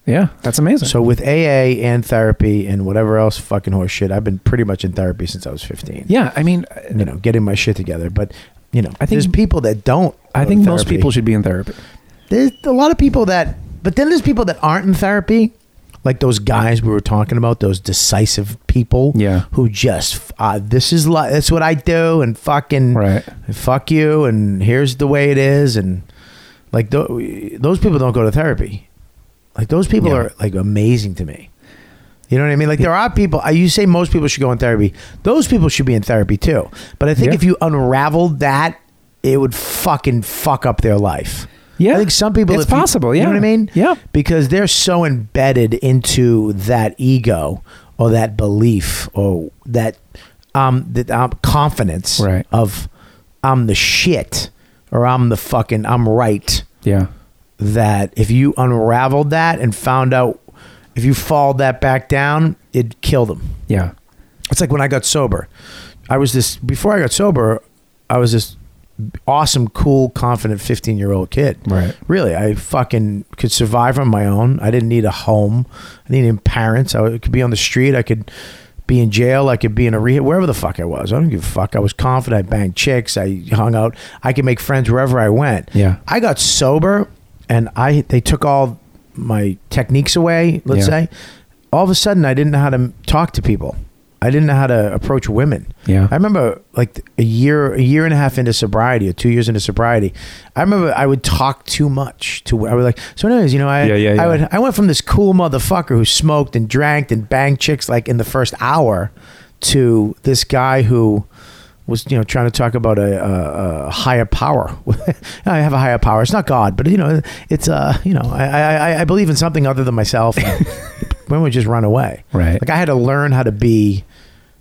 Speaker 2: Yeah, that's amazing.
Speaker 4: So with AA and therapy and whatever else fucking horse shit, I've been pretty much in therapy since I was fifteen.
Speaker 2: yeah, I mean,
Speaker 4: you know, getting my shit together. But you know,
Speaker 2: I think-
Speaker 4: there's people that don't.
Speaker 2: I
Speaker 4: go to
Speaker 2: think most
Speaker 4: therapy.
Speaker 2: people should be in therapy.
Speaker 4: there's a lot of people that but then there's people that aren't in therapy like those guys we were talking about those decisive people
Speaker 2: Yeah.
Speaker 4: who just uh, this is li- that's what i do and fucking
Speaker 2: Right.
Speaker 4: fuck you and here's the way it is and like th- those people don't go to therapy like those people
Speaker 2: Yeah.
Speaker 4: are like amazing to me you know what I mean? Like there are people. I- You say most people should go in therapy. Those people should be in therapy too. But I think
Speaker 2: Yeah.
Speaker 4: if you unraveled that, it would fucking fuck up their life.
Speaker 2: Yeah.
Speaker 4: I think some people.
Speaker 2: It's
Speaker 4: if you-
Speaker 2: possible,
Speaker 4: You
Speaker 2: yeah.
Speaker 4: know what I mean?
Speaker 2: Yeah.
Speaker 4: Because they're so embedded into that ego or that belief or that um that um, confidence
Speaker 2: Right.
Speaker 4: of I'm the shit or I'm the fucking I'm right
Speaker 2: Yeah.
Speaker 4: that if you unraveled that and found out if you followed that back down, it'd kill them.
Speaker 2: Yeah.
Speaker 4: It's like when I got sober. I was this before I got sober, I was this awesome, cool, confident 15 year old kid.
Speaker 2: Right.
Speaker 4: Really, I fucking could survive on my own. I didn't need a home. I didn't need parents. I could be on the street. I could be in jail. I could be in a rehab, wherever the fuck I was. I don't give a fuck. I was confident. I banged chicks. I hung out. I could make friends wherever I went.
Speaker 2: Yeah.
Speaker 4: I got sober and I they took all my techniques away, let's
Speaker 2: Yeah.
Speaker 4: say. All of a sudden I didn't know how to m- talk to people. I didn't know how to approach women.
Speaker 2: Yeah.
Speaker 4: I remember like a year a year and a half into sobriety or 2 years into sobriety. I remember I would talk too much to I was like so anyways, you know, I
Speaker 2: Yeah, yeah, yeah.
Speaker 4: I would I went from this cool motherfucker who smoked and drank and banged chicks like in the first hour to this guy who was you know trying to talk about a, a, a higher power. I have a higher power. It's not God, but you know it's uh you know I I, I- I believe in something other than myself. when we just run away,
Speaker 2: Right.
Speaker 4: Like I had to learn how to be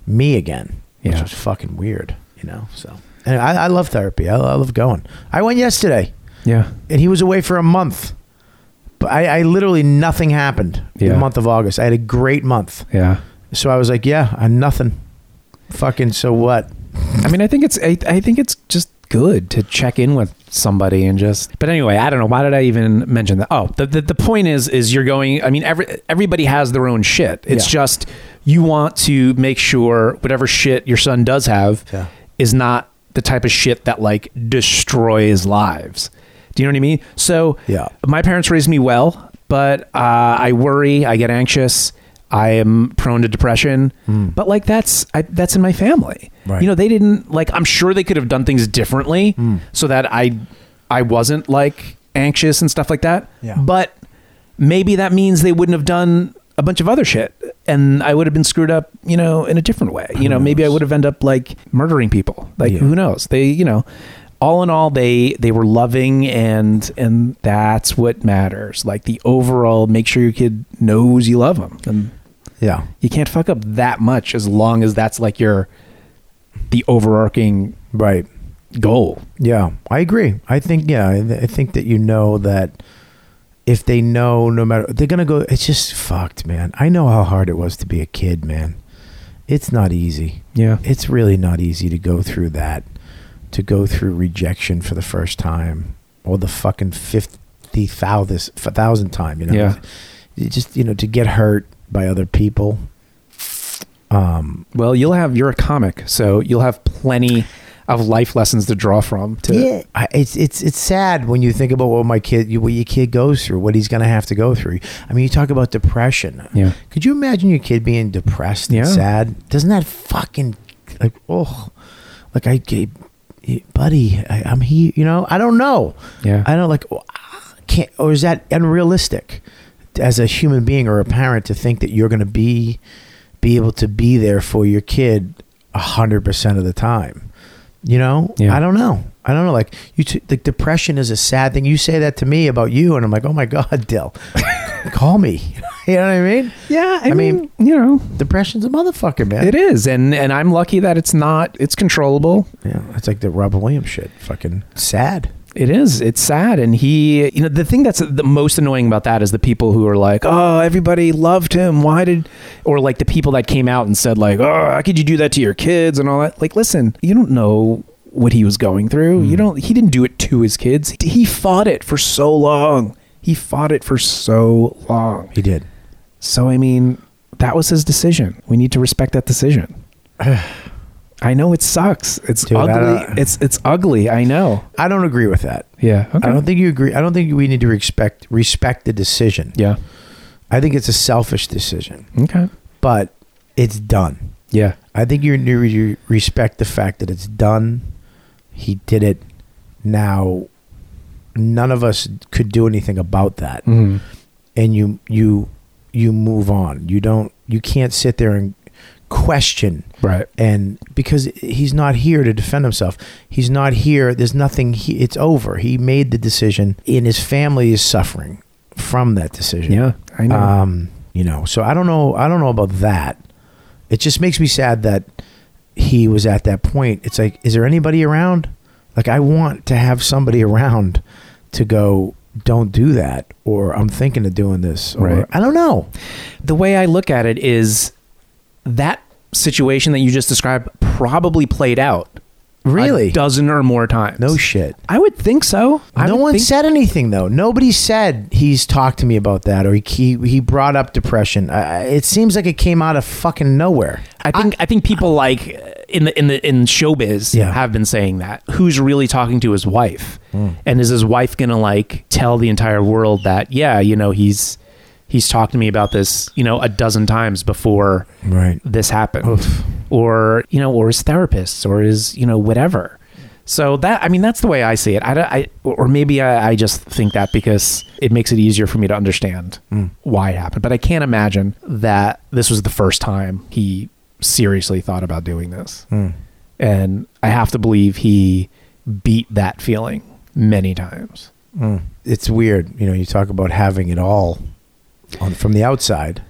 Speaker 4: me again,
Speaker 2: Yeah.
Speaker 4: which was fucking weird, you know. So and I, I love therapy. I, I love going. I went yesterday
Speaker 2: Yeah.
Speaker 4: and he was away for a month. But I, I literally nothing happened
Speaker 2: Yeah.
Speaker 4: the month of August. I had a great month,
Speaker 2: Yeah.
Speaker 4: so I was like, yeah, I'm nothing. Fucking so what?
Speaker 2: I mean, I think it's I, I think it's just good to check in with somebody and just. But anyway, I don't know why did I even mention that. Oh, the the, the point is is you're going. I mean, every everybody has their own shit. It's
Speaker 4: Yeah.
Speaker 2: just you want to make sure whatever shit your son does have
Speaker 4: Yeah.
Speaker 2: is not the type of shit that like destroys lives. Do you know what I mean? So
Speaker 4: Yeah.
Speaker 2: my parents raised me well, but uh, I worry, I get anxious, I am prone to depression. But like that's I, that's in my family.
Speaker 4: Hmm. Right. Hmm.
Speaker 2: You know, they didn't like. I'm sure they could have done things differently so that I I wasn't like anxious and stuff like that.
Speaker 4: Yeah.
Speaker 2: But maybe that means they wouldn't have done a bunch of other shit and I would have been screwed up, you know, in a different way. You know, maybe I
Speaker 4: knows?
Speaker 2: would have ended up like murdering people. Like
Speaker 4: Yeah.
Speaker 2: who knows? They, you know, all in all they they were loving and and that's what matters. Like the overall make sure your kid knows you love them. And
Speaker 4: Yeah.
Speaker 2: You can't fuck up that much as long as that's like your the overarching
Speaker 4: Right.
Speaker 2: goal.
Speaker 4: Yeah, I agree. I think yeah, I, th- I think that you know that if they know, no matter they're gonna go. It's just fucked, man. I know how hard it was to be a kid, man. It's not easy.
Speaker 2: Yeah.
Speaker 4: It's really not easy to go through that, to go through rejection for the first time or the fucking fifty thousandth thousandth time. You know,
Speaker 2: Yeah.
Speaker 4: You just you know to get hurt by other people. Um,
Speaker 2: Well, you'll have you're a comic, so you'll have plenty of life lessons to draw from to
Speaker 4: yeah, I, it's it's it's sad when you think about what my kid, you, what your kid goes through, what he's gonna have to go through. I mean, you talk about depression.
Speaker 2: Yeah.
Speaker 4: Could you imagine your kid being depressed
Speaker 2: Yeah.
Speaker 4: and sad? Doesn't that fucking like oh, like I gave, buddy, I, I'm here. You know, I don't know.
Speaker 2: Yeah.
Speaker 4: I don't like. oh, ah, Can't or is that unrealistic as a human being or a parent to think that you're gonna be be able to be there for your kid a hundred percent of the time? You know,
Speaker 2: Yeah.
Speaker 4: I don't know. I don't know. Like you, t- like depression is a sad thing. You say that to me about you, and I'm like, oh my god, Dill, call me. you know what I mean?
Speaker 2: Yeah, I,
Speaker 4: I mean,
Speaker 2: mean, you know,
Speaker 4: Depression's a motherfucker, man.
Speaker 2: it is, and and I'm lucky that it's not. It's controllable.
Speaker 4: Yeah, it's like the Robin Williams shit. Fucking sad.
Speaker 2: It is. It's sad, and he, you know, the thing that's the most annoying about that is the people who are like, "Oh, everybody loved him. Why did?" Or like the people that came out and said, "Like, oh, how could you do that to your kids?" and all that. Like, listen, you don't know what he was going through. You don't. He didn't do it to his kids. He fought it for so long. He fought it for so long.
Speaker 4: He did.
Speaker 2: So I mean, that was his decision. We need to respect that decision. I know it sucks. It's
Speaker 4: Dude, I don't-
Speaker 2: ugly. It's it's ugly. I know.
Speaker 4: I don't agree with that.
Speaker 2: Yeah. Okay.
Speaker 4: I don't think you agree. I don't think we need to respect respect the decision.
Speaker 2: yeah.
Speaker 4: I think it's a selfish decision,
Speaker 2: Okay.
Speaker 4: but it's done.
Speaker 2: Yeah.
Speaker 4: I think you need to respect the fact that it's done. He did it. Now, none of us could do anything about that.
Speaker 2: Mm-hmm.
Speaker 4: and you you you move on. You don't you can't sit there and question
Speaker 2: Right.
Speaker 4: and because he's not here to defend himself. He's not here. There's nothing he, it's over. He made the decision and his family is suffering from that decision.
Speaker 2: Yeah. I know.
Speaker 4: Um, you know, so I don't know I don't know about that. It just makes me sad that he was at that point. It's like is there anybody around? Like I want to have somebody around to go don't do that or I'm thinking of doing this or
Speaker 2: Right.
Speaker 4: I don't know.
Speaker 2: the way I look at it is that situation that you just described probably played out
Speaker 4: Really?
Speaker 2: a dozen or more times.
Speaker 4: No shit.
Speaker 2: I would think so. I
Speaker 4: no
Speaker 2: would
Speaker 4: one
Speaker 2: think-
Speaker 4: said anything though. Nobody said he's talked to me about that or he he, he brought up depression. Uh, it seems like it came out of fucking nowhere.
Speaker 2: I think I, think people like uh, in the in the in showbiz
Speaker 4: Yeah.
Speaker 2: have been saying that. Who's really talking to his wife? And is his wife gonna like tell the entire world that yeah, you know he's he's talked to me about this you know a dozen times before
Speaker 4: Right.
Speaker 2: this happened or you know or his therapists or his you know whatever so that i mean that's the way i see it i, don't- I or maybe I, I just think that because it makes it easier for me to understand
Speaker 4: Hmm.
Speaker 2: why it happened but i can't imagine that this was the first time he seriously thought about doing this and i have to believe he beat that feeling many times mm.
Speaker 4: It's weird, you know, you talk about having it all on from the outside.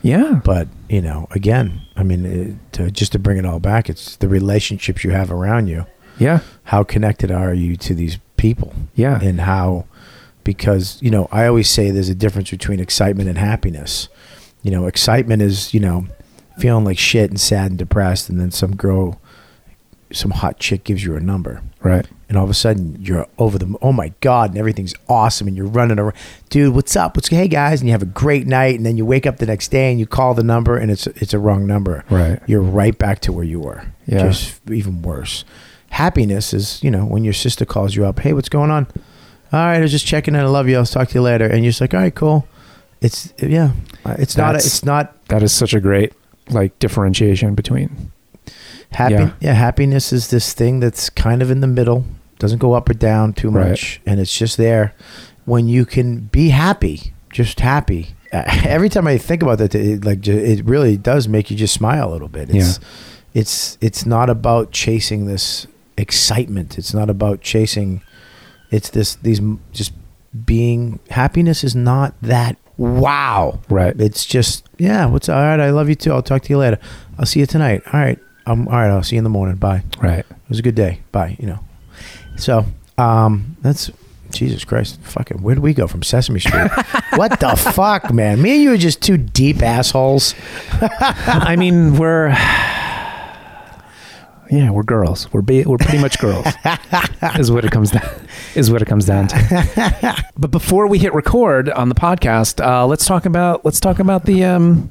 Speaker 2: yeah
Speaker 4: but you know again i mean it, to, just to bring it all back it's the relationships you have around you
Speaker 2: yeah
Speaker 4: how connected are you to these people
Speaker 2: Yeah.
Speaker 4: and how because you know i always say there's a difference between excitement and happiness you know excitement is you know feeling like shit and sad and depressed and then some girl some hot chick gives you a number
Speaker 2: right
Speaker 4: and all of a sudden you're over the oh my god and everything's awesome and you're running around dude what's up what's hey guys and you have a great night and then you wake up the next day and you call the number and it's it's a wrong number
Speaker 2: Right.
Speaker 4: you're right back to where you were
Speaker 2: Yeah.
Speaker 4: just even worse happiness is you know when your sister calls you up hey what's going on all right i was just checking in i love you i'll talk to you later and you're just like all right cool it's yeah Uh, it's not a,
Speaker 2: That's-
Speaker 4: it's not
Speaker 2: that is such a great like differentiation between
Speaker 4: Happy,
Speaker 2: Yeah.
Speaker 4: yeah. happiness is this thing that's kind of in the middle, doesn't go up or down too
Speaker 2: Right.
Speaker 4: much, and it's just there when you can be happy, just happy. Uh, Every time I think about that, it like ju- it really does make you just smile a little bit. It's, it's it's not about chasing this excitement. It's not about chasing. It's this these m- just being happiness is not that wow.
Speaker 2: Right.
Speaker 4: It's just, yeah, what's all right. I love you too. I'll talk to you later. I'll see you tonight. All right. Um, all right. I'll see you in the morning. Bye.
Speaker 2: Right.
Speaker 4: It was a good day. Bye. You know. So, um, that's Jesus Christ. Fucking, where do we go from Sesame Street? what the fuck, man? Me and you are just two deep assholes.
Speaker 2: I mean, we're yeah, we're girls. We're be, we're pretty much girls. is what it comes down is what it comes down to. but before we hit record on the podcast, uh, let's talk about let's talk about the um.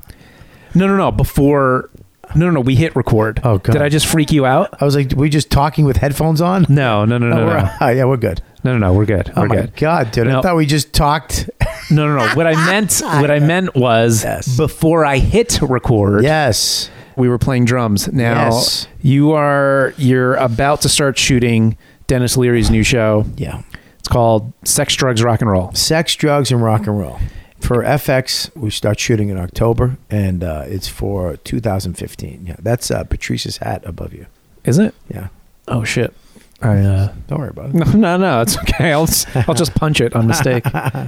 Speaker 2: No, no, no. Before no, no, no. We hit record.
Speaker 4: Oh, God.
Speaker 2: Did I just freak you out?
Speaker 4: I was like, we just talking with headphones on?
Speaker 2: No, no, no, no,
Speaker 4: Oh,
Speaker 2: no,
Speaker 4: we're-
Speaker 2: no,
Speaker 4: oh, yeah, we're good.
Speaker 2: no, no, no. We're good.
Speaker 4: Oh
Speaker 2: We're
Speaker 4: my
Speaker 2: good.
Speaker 4: god, dude!
Speaker 2: No.
Speaker 4: I thought we just talked.
Speaker 2: No, no, no. What I meant, what I meant was
Speaker 4: Yes.
Speaker 2: before I hit record.
Speaker 4: yes,
Speaker 2: we were playing drums. Now
Speaker 4: Yes.
Speaker 2: you are you're about to start shooting Dennis Leary's new show.
Speaker 4: yeah.
Speaker 2: It's called Sex, Drugs, Rock and Roll.
Speaker 4: Sex, drugs, and rock and roll. For FX, we start shooting in October, and uh, it's for 2015. Yeah, that's uh, Patrice's hat above you.
Speaker 2: Is it?
Speaker 4: Yeah,
Speaker 2: Oh shit. I uh
Speaker 4: don't worry about it.
Speaker 2: no no no it's okay I'll s- I'll just punch it on mistake.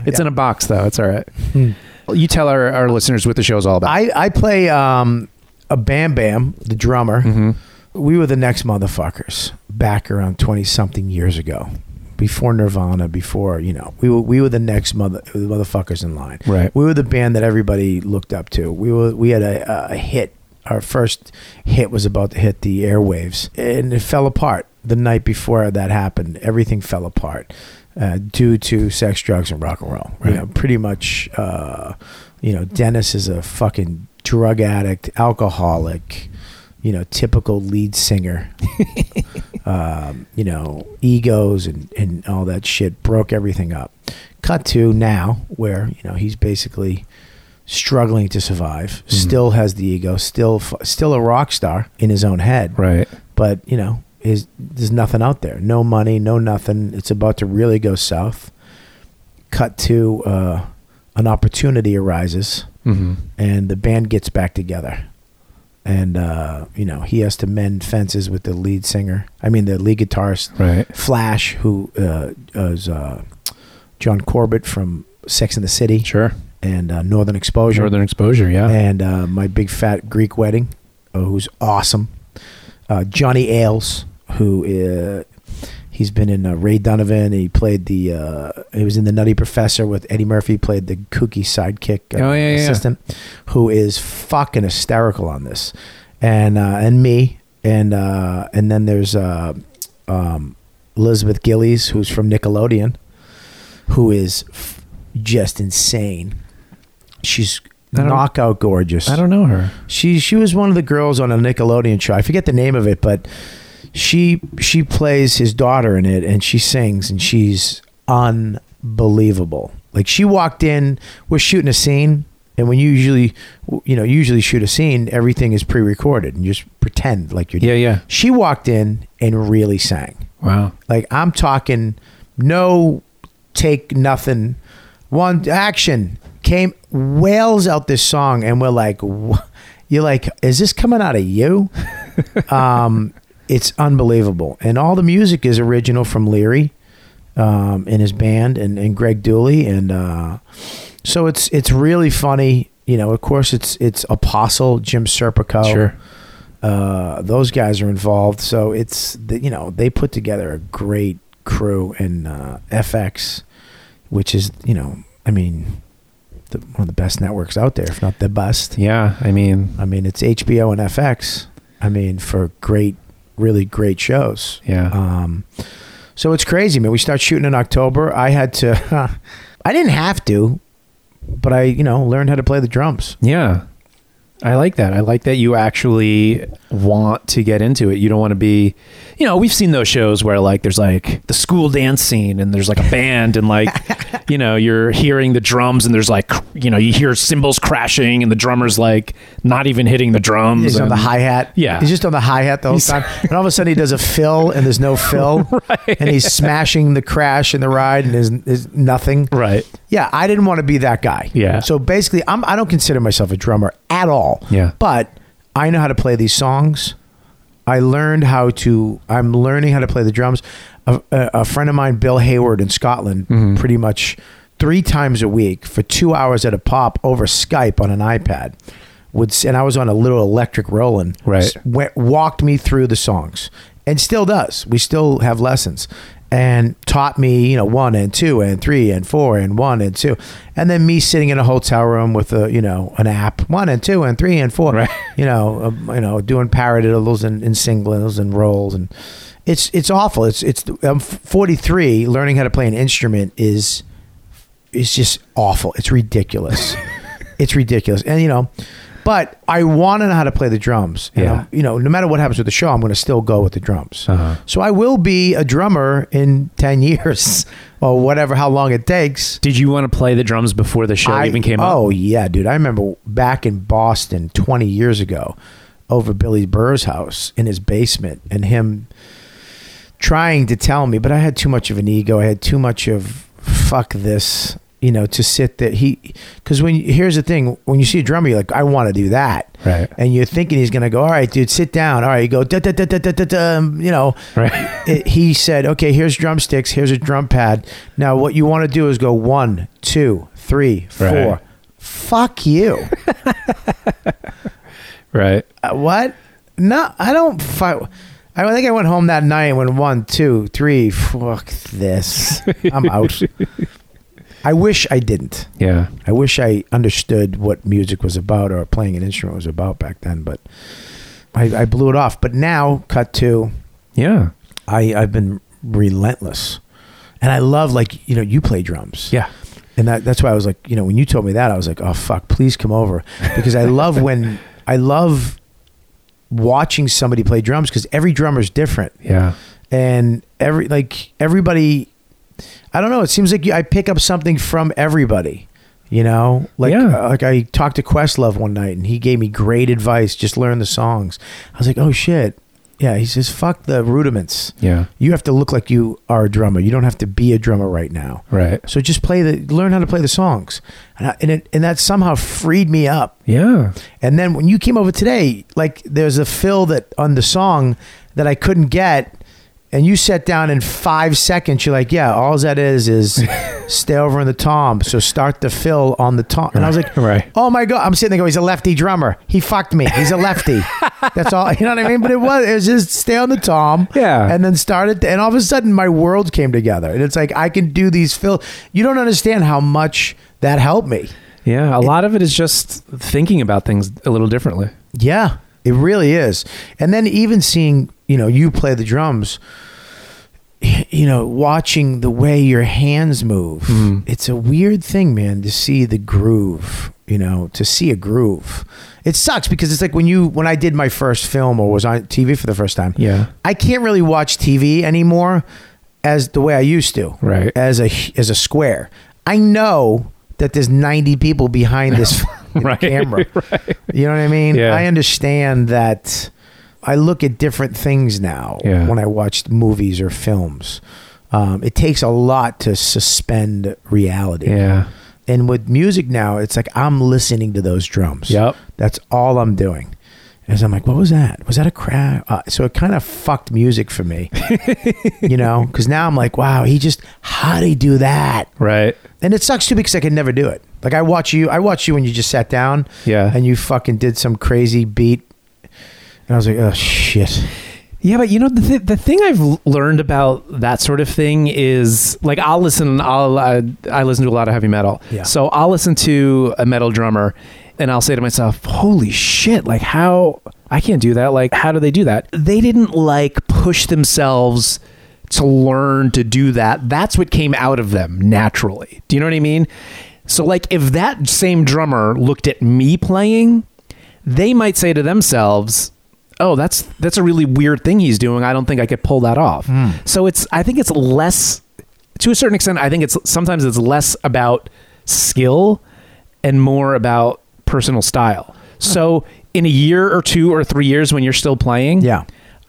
Speaker 2: It's in a box though. It's all right. You tell our, our listeners what the show's all about.
Speaker 4: I I play um, a Bam Bam, the drummer.
Speaker 2: Mm-hmm.
Speaker 4: We were the next motherfuckers back around 20 something years ago. Before Nirvana, before you know, we were we were the next mother the motherfuckers in line.
Speaker 2: Right.
Speaker 4: we were the band that everybody looked up to. We were we had a, a hit. Our first hit was about to hit the airwaves, and it fell apart the night before that happened. Everything fell apart uh, due to sex, drugs, and rock and roll. You know, pretty much, uh, you know, Dennis is a fucking drug addict, alcoholic. You know, typical lead singer. um, you know, egos and, and all that shit broke everything up. Cut to now where, you know, he's basically struggling to survive, still has the ego, still f- still a rock star in his own head.
Speaker 2: right.
Speaker 4: But, you know, is there's nothing out there. No money, no nothing. It's about to really go south. Cut to uh, an opportunity arises
Speaker 2: Mm-hmm.
Speaker 4: and the band gets back together. And uh, you know he has to mend fences with the lead singer. I mean the lead guitarist
Speaker 2: Right.
Speaker 4: Flash, who uh, is uh, John Corbett from Sex and the City
Speaker 2: Sure.
Speaker 4: and uh, Northern Exposure,
Speaker 2: Northern Exposure. Yeah.
Speaker 4: and uh, my big fat Greek wedding, uh, who's awesome. Uh, Johnny Ailes, who uh, he's been in uh, Ray Donovan. He played the uh, he was in the Nutty Professor with Eddie Murphy. Played the kooky sidekick uh,
Speaker 2: Oh, yeah, yeah, yeah.
Speaker 4: assistant, who is fucking hysterical on this, and uh, and me and uh, and then there's uh, um, Elizabeth Gillies, who's from Nickelodeon, who is f- just insane. She's
Speaker 2: I don't-
Speaker 4: knockout gorgeous.
Speaker 2: I don't know her.
Speaker 4: She she was one of the girls on a Nickelodeon show. I forget the name of it, but she she plays his daughter in it, and she sings, and she's unbelievable. Like she walked in, we're shooting a scene, and when you usually you know usually shoot a scene, everything is pre-recorded, and you just pretend like you're.
Speaker 2: Yeah. Yeah.
Speaker 4: She walked in and really sang.
Speaker 2: Wow.
Speaker 4: Like I'm talking, no take nothing. One action came wails out this song, and we're like, "Wha- you're like, is this coming out of you? um, it's unbelievable, and all the music is original from Leary um, and his band, and, and Greg Dooley, and uh, so it's it's really funny. You know, of course, it's it's Apostle Jim Serpico
Speaker 2: Sure.
Speaker 4: uh, those guys are involved. So it's the, you know they put together a great crew and uh, FX, which is you know I mean the, one of the best networks out there, if not the best.
Speaker 2: Yeah. I mean.
Speaker 4: I mean it's HBO and FX. I mean for great, really great shows.
Speaker 2: Yeah.
Speaker 4: Um, so it's crazy, man. We start shooting in October. I had to. I didn't have to, but I you know learned how to play the drums.
Speaker 2: Yeah. I like that. I like that you actually want to get into it. You don't want to be, you know, we've seen those shows where like there's like the school dance scene and there's like a band and like, you know, you're hearing the drums and there's like, cr- you know, you hear cymbals crashing and the drummer's like not even hitting the drums.
Speaker 4: He's on
Speaker 2: and-
Speaker 4: the hi hat.
Speaker 2: Yeah.
Speaker 4: He's just on the hi hat the whole
Speaker 2: He's-
Speaker 4: time. And all of a sudden he does a fill and there's no fill. And he's smashing the crash and the ride and there's, there's nothing.
Speaker 2: Right.
Speaker 4: Yeah. I didn't want to be that guy.
Speaker 2: Yeah.
Speaker 4: So basically, I'm, I don't consider myself a drummer at all.
Speaker 2: Yeah.
Speaker 4: But I know how to play these songs. I learned how to, I'm
Speaker 2: Mm-hmm.
Speaker 4: learning how to play the drums. A, a, a friend of mine, Bill Hayward in Scotland, pretty much three times a week for two hours at a pop over Skype on an iPad. Would s- and I was on a little electric Roland.
Speaker 2: Right.
Speaker 4: S- Went, walked me through the songs, and still does. We still have lessons, and taught me you know one and two and three and four and one and two, and then me sitting in a hotel room with a you know an app one and two and three and four.
Speaker 2: Right.
Speaker 4: You know um, you know doing paradiddles and, and singlets and rolls and. It's, it's awful. It's it's I'm 43. Learning how to play an instrument is it's just awful. It's ridiculous. it's ridiculous. And you know, but I want to know how to play the drums. And
Speaker 2: Yeah.
Speaker 4: I'm- you know, no matter what happens with the show, I'm going to still go with the drums.
Speaker 2: Uh-huh.
Speaker 4: So I will be a drummer in 10 years or whatever, how long it takes.
Speaker 2: Did you want to play the drums before the show
Speaker 4: I-
Speaker 2: even came up?
Speaker 4: Oh yeah, dude. I remember back in Boston 20 years ago over Billy Burr's house in his basement and him trying to tell me, but I had too much of an ego. I had too much of fuck this, you know, to sit there. He, because when here's the thing, when you see a drummer, you're like, I want to do that,
Speaker 2: Right.
Speaker 4: And you're thinking he's gonna go, all right, dude, sit down. All right, you go, da da da da da da, da, um, you know.
Speaker 2: Right.
Speaker 4: It, he said, okay, here's drumsticks, here's a drum pad. Now what you want to do is go one, two, three, four.
Speaker 2: Right.
Speaker 4: Fuck you.
Speaker 2: Right.
Speaker 4: Uh, what? No, I don't fight. I think I went home that night and went one, two, three. Fuck this. I'm out. I wish I didn't.
Speaker 2: Yeah.
Speaker 4: I wish I understood what music was about or playing an instrument was about back then, but I, I blew it off. But now, cut to,
Speaker 2: Yeah.
Speaker 4: I, I've been relentless. And I love, like, you know, you play drums.
Speaker 2: Yeah.
Speaker 4: And that, that's why I was like, you know, when you told me that, I was like, oh, fuck, please come over. Because I love when, I love watching somebody play drums because every drummer's different.
Speaker 2: Yeah.
Speaker 4: And every, like, everybody, I don't know, it seems like you, I pick up something from everybody. You know, like
Speaker 2: Yeah.
Speaker 4: uh, like I talked to Questlove one night, and he gave me great advice. Just learn the songs. I was like, "Oh shit, yeah." He says, "Fuck the rudiments.
Speaker 2: Yeah.
Speaker 4: You have to look like you are a drummer. You don't have to be a drummer right now.
Speaker 2: Right.
Speaker 4: So just play the learn how to play the songs, and I, and, it, and that somehow freed me up.
Speaker 2: Yeah.
Speaker 4: And then when you came over today, like there's a fill that on the song that I couldn't get, and you sat down in five seconds. You're like, yeah, all that is is stay over in the tom. So start the fill on the tom. And I was like,
Speaker 2: Right.
Speaker 4: oh my god, I'm sitting there going, he's a lefty drummer. He fucked me. He's a lefty. That's all. You know what I mean? But it was it was just stay on the tom.
Speaker 2: Yeah.
Speaker 4: And then started, and all of a sudden my world came together. And it's like I can do these fill. You don't understand how much that helped me.
Speaker 2: Yeah. A lot of it is just thinking about things a little differently.
Speaker 4: Yeah, it really is. And then even seeing, you know, you play the drums, you know, watching the way your hands move. It's a weird thing, man, to see the groove, you know, to see a groove. It sucks because it's like when you when I did my first film or was on TV for the first time.
Speaker 2: Yeah.
Speaker 4: I can't really watch TV anymore as the way I used to.
Speaker 2: Right.
Speaker 4: As a as a square. I know that there's 90 people behind this
Speaker 2: Right.
Speaker 4: camera. You know what I mean?
Speaker 2: Yeah.
Speaker 4: I understand that I look at different things now
Speaker 2: Yeah.
Speaker 4: when I watch movies or films. Um, it takes a lot to suspend reality.
Speaker 2: Yeah.
Speaker 4: And with music now, it's like I'm listening to those drums.
Speaker 2: Yep.
Speaker 4: That's all I'm doing. As I'm like, what was that? Was that a crap? Uh, so it kind of fucked music for me, you know? Because now I'm like, wow, he just, how'd he do that?
Speaker 2: Right.
Speaker 4: And it sucks too because I can never do it. Like I watch you, I watch you when you just sat down,
Speaker 2: Yeah.
Speaker 4: and you fucking did some crazy beat, and I was like, oh shit,
Speaker 2: Yeah, but you know the th- the thing I've l- learned about that sort of thing is like I'll listen I'll I, I listen to a lot of heavy metal.
Speaker 4: Yeah.
Speaker 2: So I'll listen to a metal drummer and I'll say to myself, "Holy shit, like how I can't do that. Like how do they do that?" They didn't like push themselves to learn to do that. That's what came out of them naturally. Do you know what I mean? So like if that same drummer looked at me playing, they might say to themselves, "Oh, that's that's a really weird thing he's doing. I don't think I could pull that off." So it's I think it's less to a certain extent, I think it's sometimes it's less about skill and more about personal style. So in a year or two or 3 years when you're still playing,
Speaker 4: Yeah.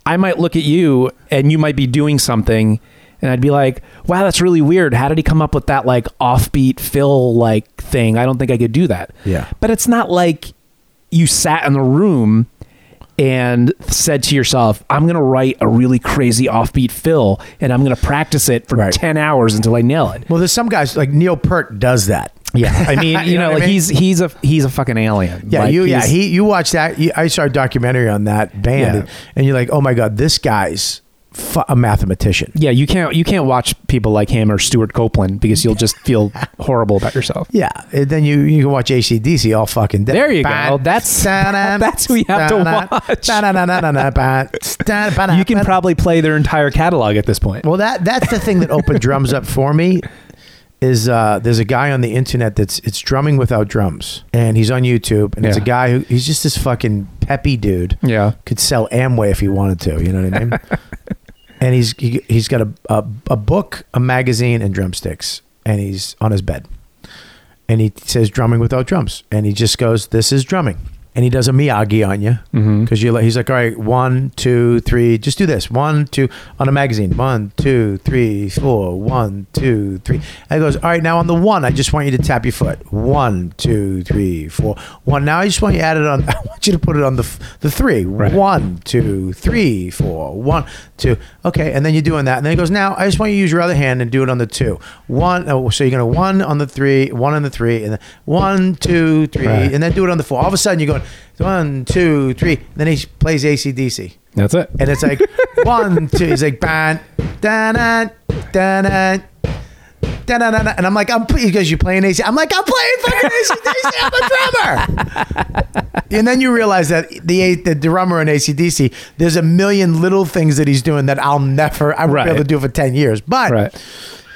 Speaker 2: I might look at you and you might be doing something and I'd be like, wow, that's really weird. How did he come up with that like offbeat fill like thing? I don't think I could do that.
Speaker 4: Yeah.
Speaker 2: But it's not like you sat in the room and said to yourself, I'm going to write a really crazy offbeat fill and I'm going to practice it for
Speaker 4: Right.
Speaker 2: 10 hours until I nail it.
Speaker 4: Well, there's some guys like Neil Peart does that.
Speaker 2: Yeah. I mean, you,
Speaker 4: You
Speaker 2: know,
Speaker 4: know what I
Speaker 2: like
Speaker 4: mean?
Speaker 2: he's he's a he's a fucking alien.
Speaker 4: Yeah,
Speaker 2: Like,
Speaker 4: you yeah
Speaker 2: he's-
Speaker 4: he you watch that. You, I saw a documentary on that band,
Speaker 2: Yeah.
Speaker 4: and, you're like, oh my god, this guy's fu- a mathematician.
Speaker 2: yeah, you can't you can't watch people like him or Stuart Copeland because you'll just feel horrible about yourself.
Speaker 4: Yeah, and then you you can watch ACDC all fucking day.
Speaker 2: There you go. That's- that's who you have to watch.
Speaker 4: watch.
Speaker 2: You can probably play their entire catalog at this point.
Speaker 4: Well, that that's the thing that opened drums up for me. Is uh, there's a guy on the internet that's it's drumming without drums, and he's on YouTube, and it's a
Speaker 2: Yeah.
Speaker 4: guy who he's just this fucking peppy dude.
Speaker 2: Yeah.
Speaker 4: could sell Amway if he wanted to. You know what I mean? and he's he, he's got a, a a book, a magazine, and drumsticks, and he's on his bed, and he says drumming without drums, and he just goes, "This is drumming." And he does a Miyagi on you because you're like, he's like, all right, one, two, three, just do this. One, two, on a magazine. One, two, three, four, one, two, three. And he goes, all right, now on the one, I just want you to tap your foot. One, two, three, four, one. Now I just want you to add it on. I want you to put it on the f- the three. One, two, three, four, one, two. Okay, and then you're doing that, and then he goes, now I just want you to use your other hand and do it on the two. One. Oh, so you're gonna one on the three, one on the three, and then one, two, three,
Speaker 2: Right.
Speaker 4: and then do it on the four. All of a sudden you're going one, two, three. And then he plays ACDC.
Speaker 2: That's it.
Speaker 4: And it's like one, two. He's like ban, da da da da. Da, da, da, da. And I'm like, I'm he goes, you playing AC? I'm like, I'm playing fucking ACDC. I'm a drummer. and then you realize that the the drummer in ACDC, there's a million little things that he's doing that I'll never, I won't
Speaker 2: Right.
Speaker 4: be able to do for ten years. But
Speaker 2: Right.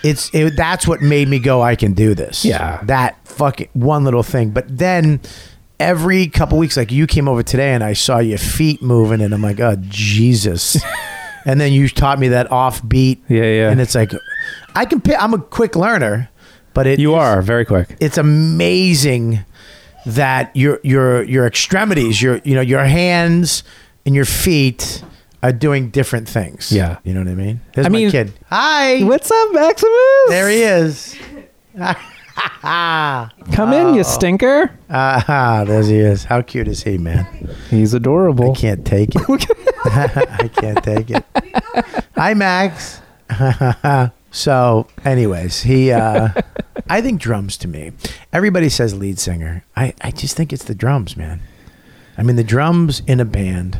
Speaker 4: it's it, that's what made me go, I can do this.
Speaker 2: Yeah.
Speaker 4: that fucking one little thing. But then every couple weeks, like you came over today and I saw your feet moving, and I'm like, oh Jesus. and then you taught me that offbeat.
Speaker 2: Yeah, yeah.
Speaker 4: And it's like, I can. Pick, I'm a quick learner, but it
Speaker 2: You
Speaker 4: is-
Speaker 2: are very quick.
Speaker 4: It's amazing that your your your extremities, your you know your hands and your feet are doing different things.
Speaker 2: Yeah.
Speaker 4: you know what I mean. There's
Speaker 2: I
Speaker 4: my
Speaker 2: mean-
Speaker 4: kid. Hi.
Speaker 2: What's up, Maximus?
Speaker 4: There he is.
Speaker 2: Come
Speaker 4: Oh.
Speaker 2: in, you stinker.
Speaker 4: Ah, there he is. How cute is he, man?
Speaker 2: He's adorable.
Speaker 4: I can't take it. I can't take it. Hi, Max. so, anyways, he. Uh, I think drums to me. Everybody says lead singer. I, I just think it's the drums, man. I mean, the drums in a band,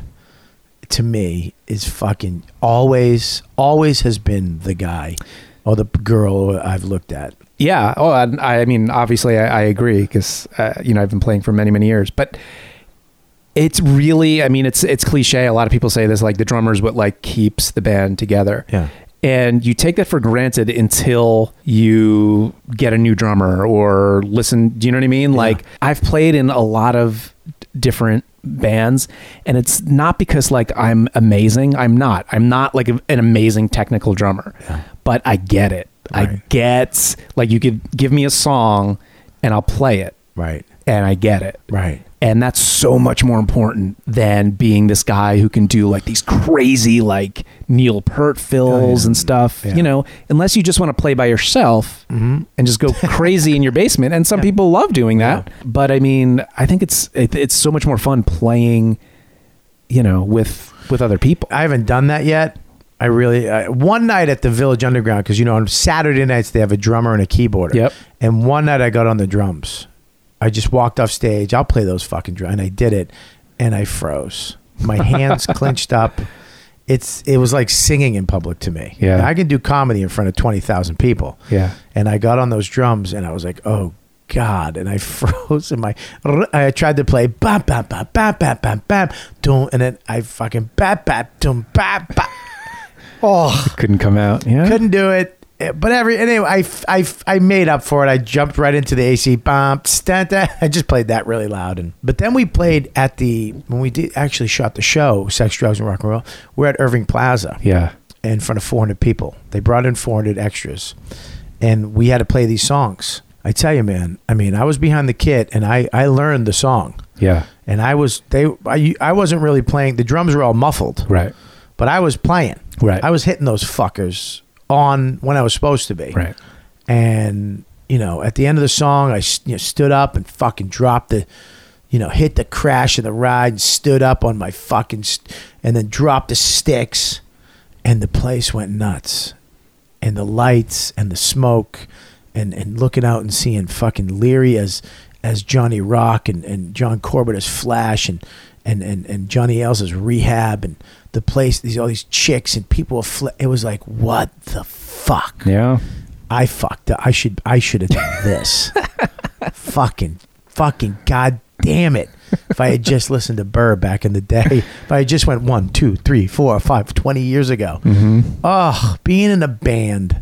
Speaker 4: to me, is fucking always, always has been the guy or the girl I've looked at.
Speaker 2: Yeah. Oh, and I, I mean, obviously, I, I agree because uh, you know I've been playing for many, many years. But it's really, I mean, it's it's cliche. A lot of people say this, like the drummer's what like keeps the band together.
Speaker 4: Yeah.
Speaker 2: And you take that for granted until you get a new drummer or listen. Do you know what I mean? Like I've played in a lot of d- different bands and it's not because like I'm amazing. I'm not. I'm not like a- an amazing technical drummer. But I get it. I
Speaker 4: Right.
Speaker 2: get like you could give me a song and I'll play it
Speaker 4: Right.
Speaker 2: and I get it.
Speaker 4: Right.
Speaker 2: And that's so much more important than being this guy who can do like these crazy like Neil Peart fills and stuff.
Speaker 4: Yeah.
Speaker 2: You know, unless you just want to play by yourself and just go crazy in your basement. And some people love doing that. But I mean, I think it's it, it's so much more fun playing, you know, with with other people.
Speaker 4: I haven't done that yet. I really uh, one night at the Village Underground because you know on Saturday nights they have a drummer and a keyboarder.
Speaker 2: Yep.
Speaker 4: And one night I got on the drums. I just walked off stage. I'll play those fucking drums, and I did it, and I froze. My hands clenched up. It's it was like singing in public to me.
Speaker 2: Yeah.
Speaker 4: And I can do comedy in front of twenty thousand people.
Speaker 2: Yeah.
Speaker 4: And I got on those drums and I was like, oh God. And I froze and my, I tried to play bam, bam, bam, bam, bam, bam, bam, doom. And then I fucking bap, bap, doom, bap, bap. Oh,
Speaker 2: Couldn't come out. Yeah.
Speaker 4: couldn't do it. Eh, But every, anyway, I, f- I, f- I made up for it. I jumped right into the AC bump. Stat, that. I just played that really loud. And, but then we played at the, when we did actually shot the show, Sex, Drugs, and Rock and Roll, we're at Irving Plaza
Speaker 2: Yeah.
Speaker 4: in front of 400 people. They brought in 400 extras, and we had to play these songs. I tell you, man. I mean, I was behind the kit, and I I learned the song,
Speaker 2: Yeah.
Speaker 4: and I was they I I wasn't really playing. The drums were all muffled,
Speaker 2: Right.
Speaker 4: but I was playing.
Speaker 2: Right.
Speaker 4: I was hitting those fuckers on when I was supposed to be.
Speaker 2: Right.
Speaker 4: And you know, at the end of the song, I s- you know, stood up and fucking dropped the. you know, hit the crash of the ride, stood up on my fucking, st- and then dropped the sticks, and the place went nuts, and the lights and the smoke, and and looking out and seeing fucking Leary as as Johnny Rock and and John Corbett as Flash and and and and Johnny Ailes as Rehab and the place these all these chicks and people. were Fl- it was like what the fuck.
Speaker 2: Yeah.
Speaker 4: I fucked up. I should I should have done this. fucking fucking god damn it. If I had just listened to Burr back in the day, if I had just went one, two, three, four, five, twenty years ago.
Speaker 2: Mm-hmm.
Speaker 4: Oh, being in a band,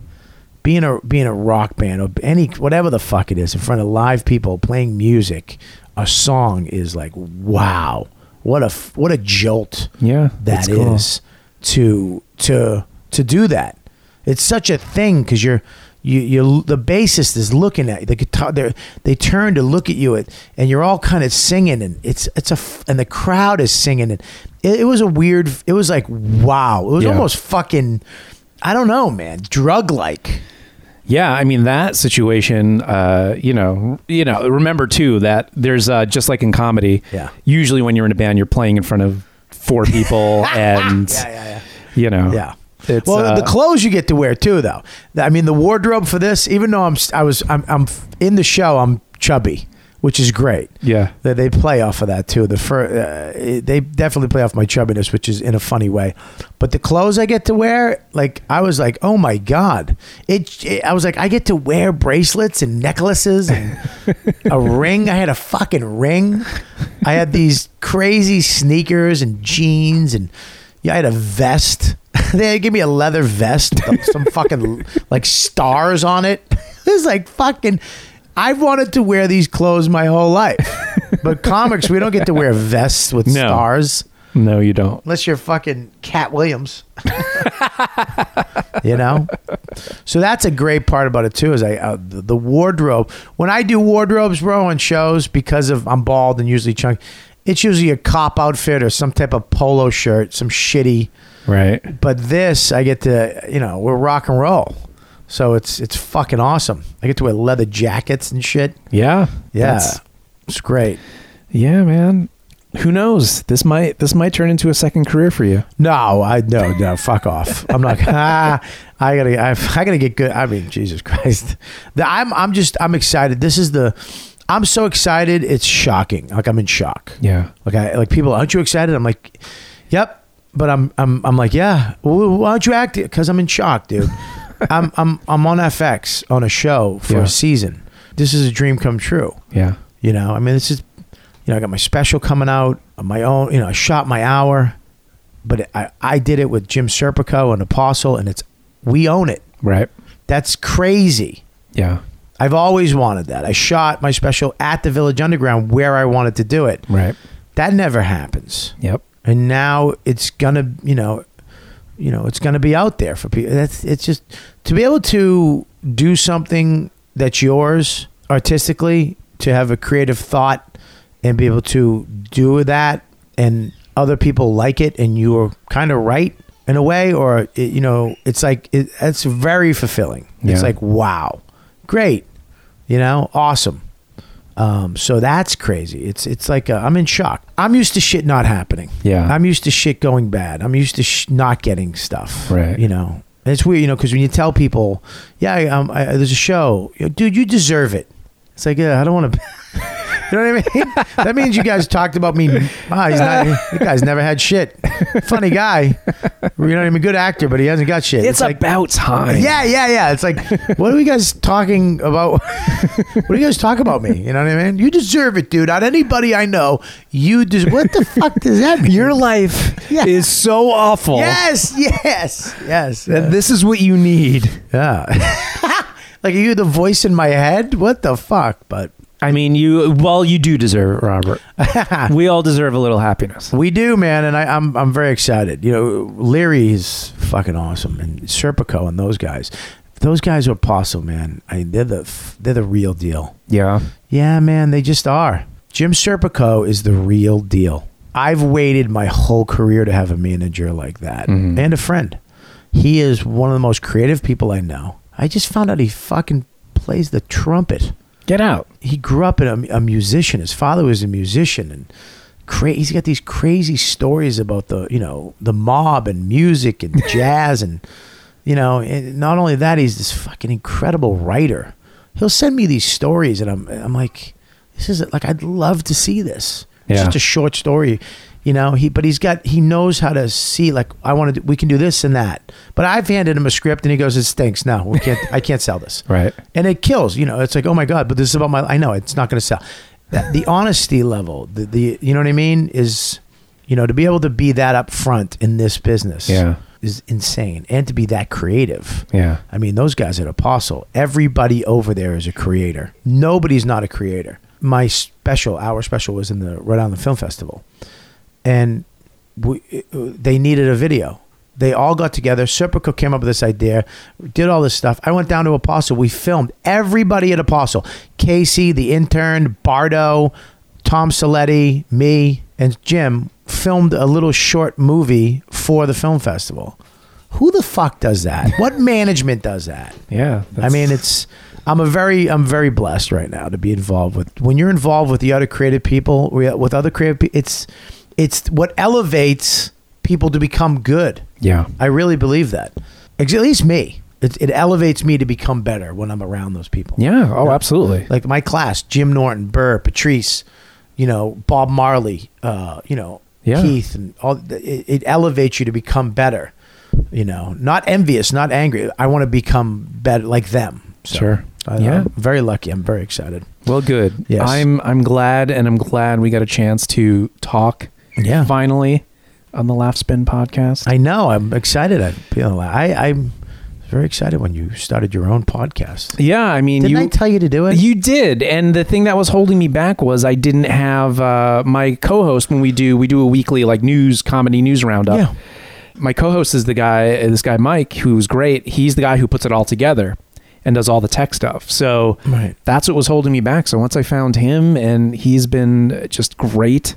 Speaker 4: being a being a rock band or any whatever the fuck it is, in front of live people playing music, a song is like wow, what a f- what a jolt
Speaker 2: Yeah, it's
Speaker 4: that is
Speaker 2: cool.
Speaker 4: to to to do that. It's such a thing because you're you you the bassist is looking at you. The guitar they they turn to look at you at, and you're all kind of singing and it's it's a f- and the crowd is singing and it, it was a weird it was like wow it was
Speaker 2: Yeah.
Speaker 4: almost fucking I don't know man drug like
Speaker 2: Yeah, I mean that situation. Uh, you know, you know. Remember too that there's uh, just like in comedy.
Speaker 4: Yeah.
Speaker 2: Usually, when you're in a band, you're playing in front of four people, and
Speaker 4: yeah
Speaker 2: you know,
Speaker 4: yeah.
Speaker 2: It's,
Speaker 4: well,
Speaker 2: uh,
Speaker 4: the clothes you get to wear too, though. I mean, the wardrobe for this, even though I'm I was I'm, I'm in the show, I'm chubby, which is great.
Speaker 2: Yeah.
Speaker 4: they, they play off of that too. The fur, uh, it- they definitely play off my chubbiness, which is in a funny way. But the clothes I get to wear, like I was like, oh my god, it. it- I was like, I get to wear bracelets and necklaces and a ring. I had a fucking ring. I had these crazy sneakers and jeans and yeah, I had a vest. they gave me a leather vest, with some fucking like stars on it. It's like fucking. I've wanted to wear these clothes my whole life, but comics we don't get to wear vests with
Speaker 2: No.
Speaker 4: stars
Speaker 2: no, you don't.
Speaker 4: unless you're fucking Cat Williams. you know, so that's a great part about it too. Is I uh, the, the wardrobe. When I do wardrobes, bro, on shows because of I'm bald and usually chunky. It's usually a cop outfit or some type of polo shirt, some shitty.
Speaker 2: Right.
Speaker 4: But this, I get to you know we're rock and roll, so it's it's fucking awesome. I get to wear leather jackets and shit.
Speaker 2: Yeah.
Speaker 4: Yeah,
Speaker 2: That's-
Speaker 4: it's great.
Speaker 2: Yeah, man. Who knows? This might this might turn into a second career for you.
Speaker 4: No, I no no fuck off. I'm not. ah, I gotta I, I gotta get good. I mean, Jesus Christ. The, I'm I'm just I'm excited. This is the. I'm so excited. It's shocking. Like I'm in shock.
Speaker 2: Yeah.
Speaker 4: Like I like people. Aren't you excited? I'm like, yep. But I'm I'm I'm like yeah. Well, why don't you act? Because I'm in shock, dude. I'm I'm I'm on FX on a show for
Speaker 2: Yeah.
Speaker 4: a season. This is a dream come true.
Speaker 2: Yeah.
Speaker 4: You know, I mean, this is, you know, I got my special coming out, my own, you know, I shot my hour, but I, I did it with Jim Serpico and Apostle, and it's, we own it.
Speaker 2: Right.
Speaker 4: That's crazy.
Speaker 2: Yeah.
Speaker 4: I've always wanted that. I shot my special at the Village Underground where I wanted to do it.
Speaker 2: Right.
Speaker 4: That never happens.
Speaker 2: Yep.
Speaker 4: And now it's gonna, you know, you know, it's gonna be out there for people. That's it's just to be able to do something that's yours artistically, to have a creative thought, and be able to do that, and other people like it, and you are kind of right in a way, or it, you know, it's like it, it's very fulfilling.
Speaker 2: Yeah.
Speaker 4: It's like wow, great, you know, awesome. Um, so that's crazy. It's it's like uh, I'm in shock. I'm used to shit not happening.
Speaker 2: Yeah.
Speaker 4: I'm used to shit going bad. I'm used to sh- not getting stuff.
Speaker 2: Right.
Speaker 4: You know, And it's weird. You know, because when you tell people, yeah, I, um, I, there's a show, you know, dude, you deserve it. It's like yeah, I don't want to. You know what I mean? that means you guys talked about me. Ah, he's not. The guy's never had shit. Funny guy. You know what I mean? Good actor, but he hasn't got shit.
Speaker 2: It's, about time.
Speaker 4: Yeah, yeah, yeah. It's like, what are you guys talking about? what do you guys talk about me? You know what I mean? You deserve it, dude. Not anybody I know. You des- What the fuck does that mean?
Speaker 2: Your life
Speaker 4: Yeah.
Speaker 2: is so awful.
Speaker 4: yes, yes, yes. Uh,
Speaker 2: that this is what you need.
Speaker 4: yeah. like, are you the voice in my head? What the fuck? But
Speaker 2: I mean, you well, you do deserve it, Robert. we all deserve a little happiness.
Speaker 4: we do, man, and I, I'm I'm very excited. You know, Leary is fucking awesome, and Serpico and those guys. Those guys are apostle, man. I mean, they're the f- they're the real deal.
Speaker 2: Yeah.
Speaker 4: Yeah, man, they just are. Jim Serpico is the real deal. I've waited my whole career to have a manager like that and a friend. He is one of the most creative people I know. I just found out he fucking plays the trumpet.
Speaker 2: Get out.
Speaker 4: he grew up in a, a musician. His father was a musician, and cra- he's got these crazy stories about the you know the mob and music and jazz and you know. And not only that, he's this fucking incredible writer. He'll send me these stories, and I'm I'm like, this is like I'd love to see this. It's
Speaker 2: Yeah.
Speaker 4: just a short story, you know. He but he's got he knows how to see like I want to we can do this and that. But I've handed him a script, and he goes, it stinks. No, we can't. I can't sell this.
Speaker 2: Right.
Speaker 4: And it kills. You know, it's like, oh my god, but this is about my. I know it's not going to sell. That- The honesty level, the, the you know what I mean is, you know, to be able to be that upfront in this business,
Speaker 2: Yeah.
Speaker 4: is insane, and to be that creative,
Speaker 2: Yeah.
Speaker 4: I mean, those guys at Apostle, everybody over there is a creator. Nobody's not a creator. My special, our special, was in the Rhode Island Film Festival, and we, it- they needed a video. They all got together. Serpico came up with this idea, did all this stuff. I went down to Apostle. We filmed everybody at Apostle: Casey, the intern, Bardo, Tom Saletti, me, and Jim. Filmed a little short movie for the film festival. Who the fuck does that? What management does that?
Speaker 2: Yeah.
Speaker 4: I mean, it's I'm a very I'm very blessed right now to be involved with. When you're involved with the other creative people, we- with other creative, pe- it's it's what elevates people to become good.
Speaker 2: Yeah.
Speaker 4: I really believe that. Ex- At least me, it, it elevates me to become better when I'm around those people.
Speaker 2: Yeah. Oh, absolutely.
Speaker 4: Like my class, Jim Norton, Burr, Patrice, you know, Bob Marley, uh, you know,
Speaker 2: Yeah.
Speaker 4: Keith, and all. It, it elevates you to become better. You know, not envious, not angry. I want to become better like them. So,
Speaker 2: Sure.
Speaker 4: I,
Speaker 2: Yeah.
Speaker 4: I'm very lucky. I'm very excited.
Speaker 2: Well, good.
Speaker 4: Yes.
Speaker 2: I'm I'm glad, and I'm glad we got a chance to talk.
Speaker 4: Yeah.
Speaker 2: Finally, on the Laugh Spin podcast.
Speaker 4: I know. I'm excited. I feel. I, I'm very excited when you started your own podcast.
Speaker 2: yeah. I mean,
Speaker 4: Didn't
Speaker 2: you
Speaker 4: I tell you to do it?
Speaker 2: You did, and the thing that was holding me back was I didn't have uh, my co-host when we do we do a weekly like news comedy news roundup.
Speaker 4: Yeah.
Speaker 2: My co-host is the guy, this guy Mike, who's great. He's the guy who puts it all together and does all the tech stuff. So
Speaker 4: Right.
Speaker 2: that's what was holding me back. So once I found him, and he's been just great,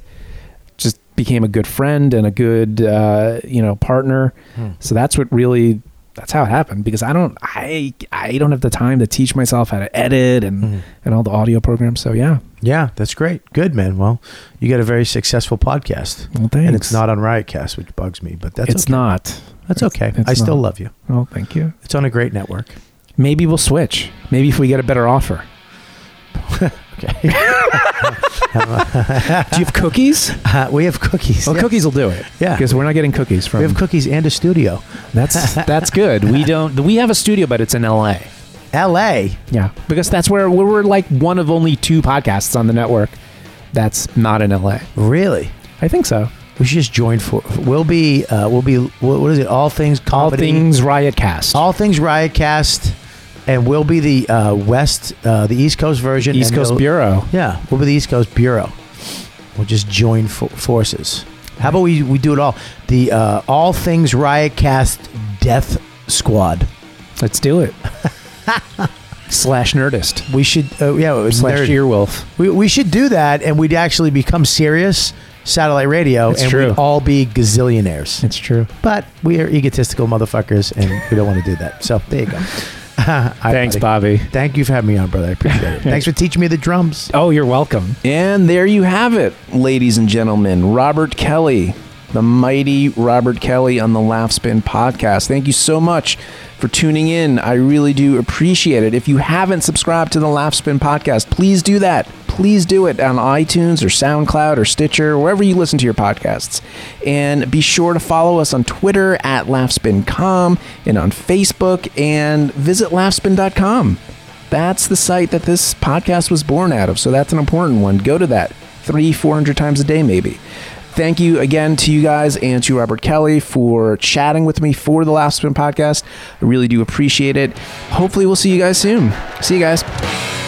Speaker 2: just became a good friend and a good uh, you know partner. So that's what really that's how it happened because I don't I I don't have the time to teach myself how to edit
Speaker 4: Mm-hmm.
Speaker 2: and and all the audio programs. So yeah,
Speaker 4: Hmm. Yeah, that's great. Good man. Well, you got a very successful podcast.
Speaker 2: well thanks.
Speaker 4: And it's not on Riotcast, which bugs me, but that's
Speaker 2: it's
Speaker 4: okay.
Speaker 2: not.
Speaker 4: That's okay.
Speaker 2: it's
Speaker 4: I still
Speaker 2: not.
Speaker 4: love you.
Speaker 2: Oh, thank you.
Speaker 4: It's on a great network.
Speaker 2: Maybe we'll switch. Maybe if we get a better offer.
Speaker 4: Okay.
Speaker 2: Do you have cookies?
Speaker 4: Uh, we have cookies.
Speaker 2: Well,
Speaker 4: Yeah.
Speaker 2: cookies will do it.
Speaker 4: Yeah.
Speaker 2: because we're not getting cookies from.
Speaker 4: We have cookies and a studio.
Speaker 2: that's that's good. We don't. We have a studio, but it's in L.A.
Speaker 4: L.A.
Speaker 2: Yeah, because that's where we're, we're like one of only two podcasts on the network that's not in LA.
Speaker 4: Really?
Speaker 2: I think so.
Speaker 4: We should just join for. We'll be. Uh, we'll be. What, what is it? All things
Speaker 2: All
Speaker 4: comedy.
Speaker 2: things Riotcast.
Speaker 4: All things Riotcast, and we'll be the uh, West, uh, the East Coast version.
Speaker 2: East
Speaker 4: and
Speaker 2: Coast
Speaker 4: they'll-
Speaker 2: Bureau.
Speaker 4: Yeah, we'll be the East Coast Bureau. We'll just join fo- forces. How about we, we do it all? The uh, All Things Riotcast Death Squad.
Speaker 2: Let's do it. Slash Nerdist.
Speaker 4: We should, uh, yeah, it was
Speaker 2: Slash
Speaker 4: nerd.
Speaker 2: Earwolf.
Speaker 4: We, we should do that, and we'd actually become serious satellite radio,
Speaker 2: It's
Speaker 4: and
Speaker 2: true.
Speaker 4: we'd all be gazillionaires.
Speaker 2: It's true.
Speaker 4: But we are egotistical motherfuckers, and we don't want to do that. So there you go. Hi,
Speaker 2: Thanks,
Speaker 4: buddy.
Speaker 2: Bobby.
Speaker 4: Thank you for having me on, brother. I appreciate it. Thanks for teaching me the drums.
Speaker 2: Oh, you're welcome.
Speaker 5: And there you have it, ladies and gentlemen. Robert Kelly, the mighty Robert Kelly on the Laugh Spin podcast. Thank you so much for tuning in. I really do appreciate it. If you haven't subscribed to the Laugh Spin podcast, please do that. Please do it on iTunes or SoundCloud or Stitcher, wherever you listen to your podcasts. And be sure to follow us on Twitter at laughspin.com and on Facebook and visit laughspin.com. That's the site that this podcast was born out of. So that's an important one. Go to that three, 400 times a day, maybe. Thank you again to you guys and to Robert Kelly for chatting with me for the Last Spin podcast. I really do appreciate it. Hopefully, we'll see you guys soon. See you guys.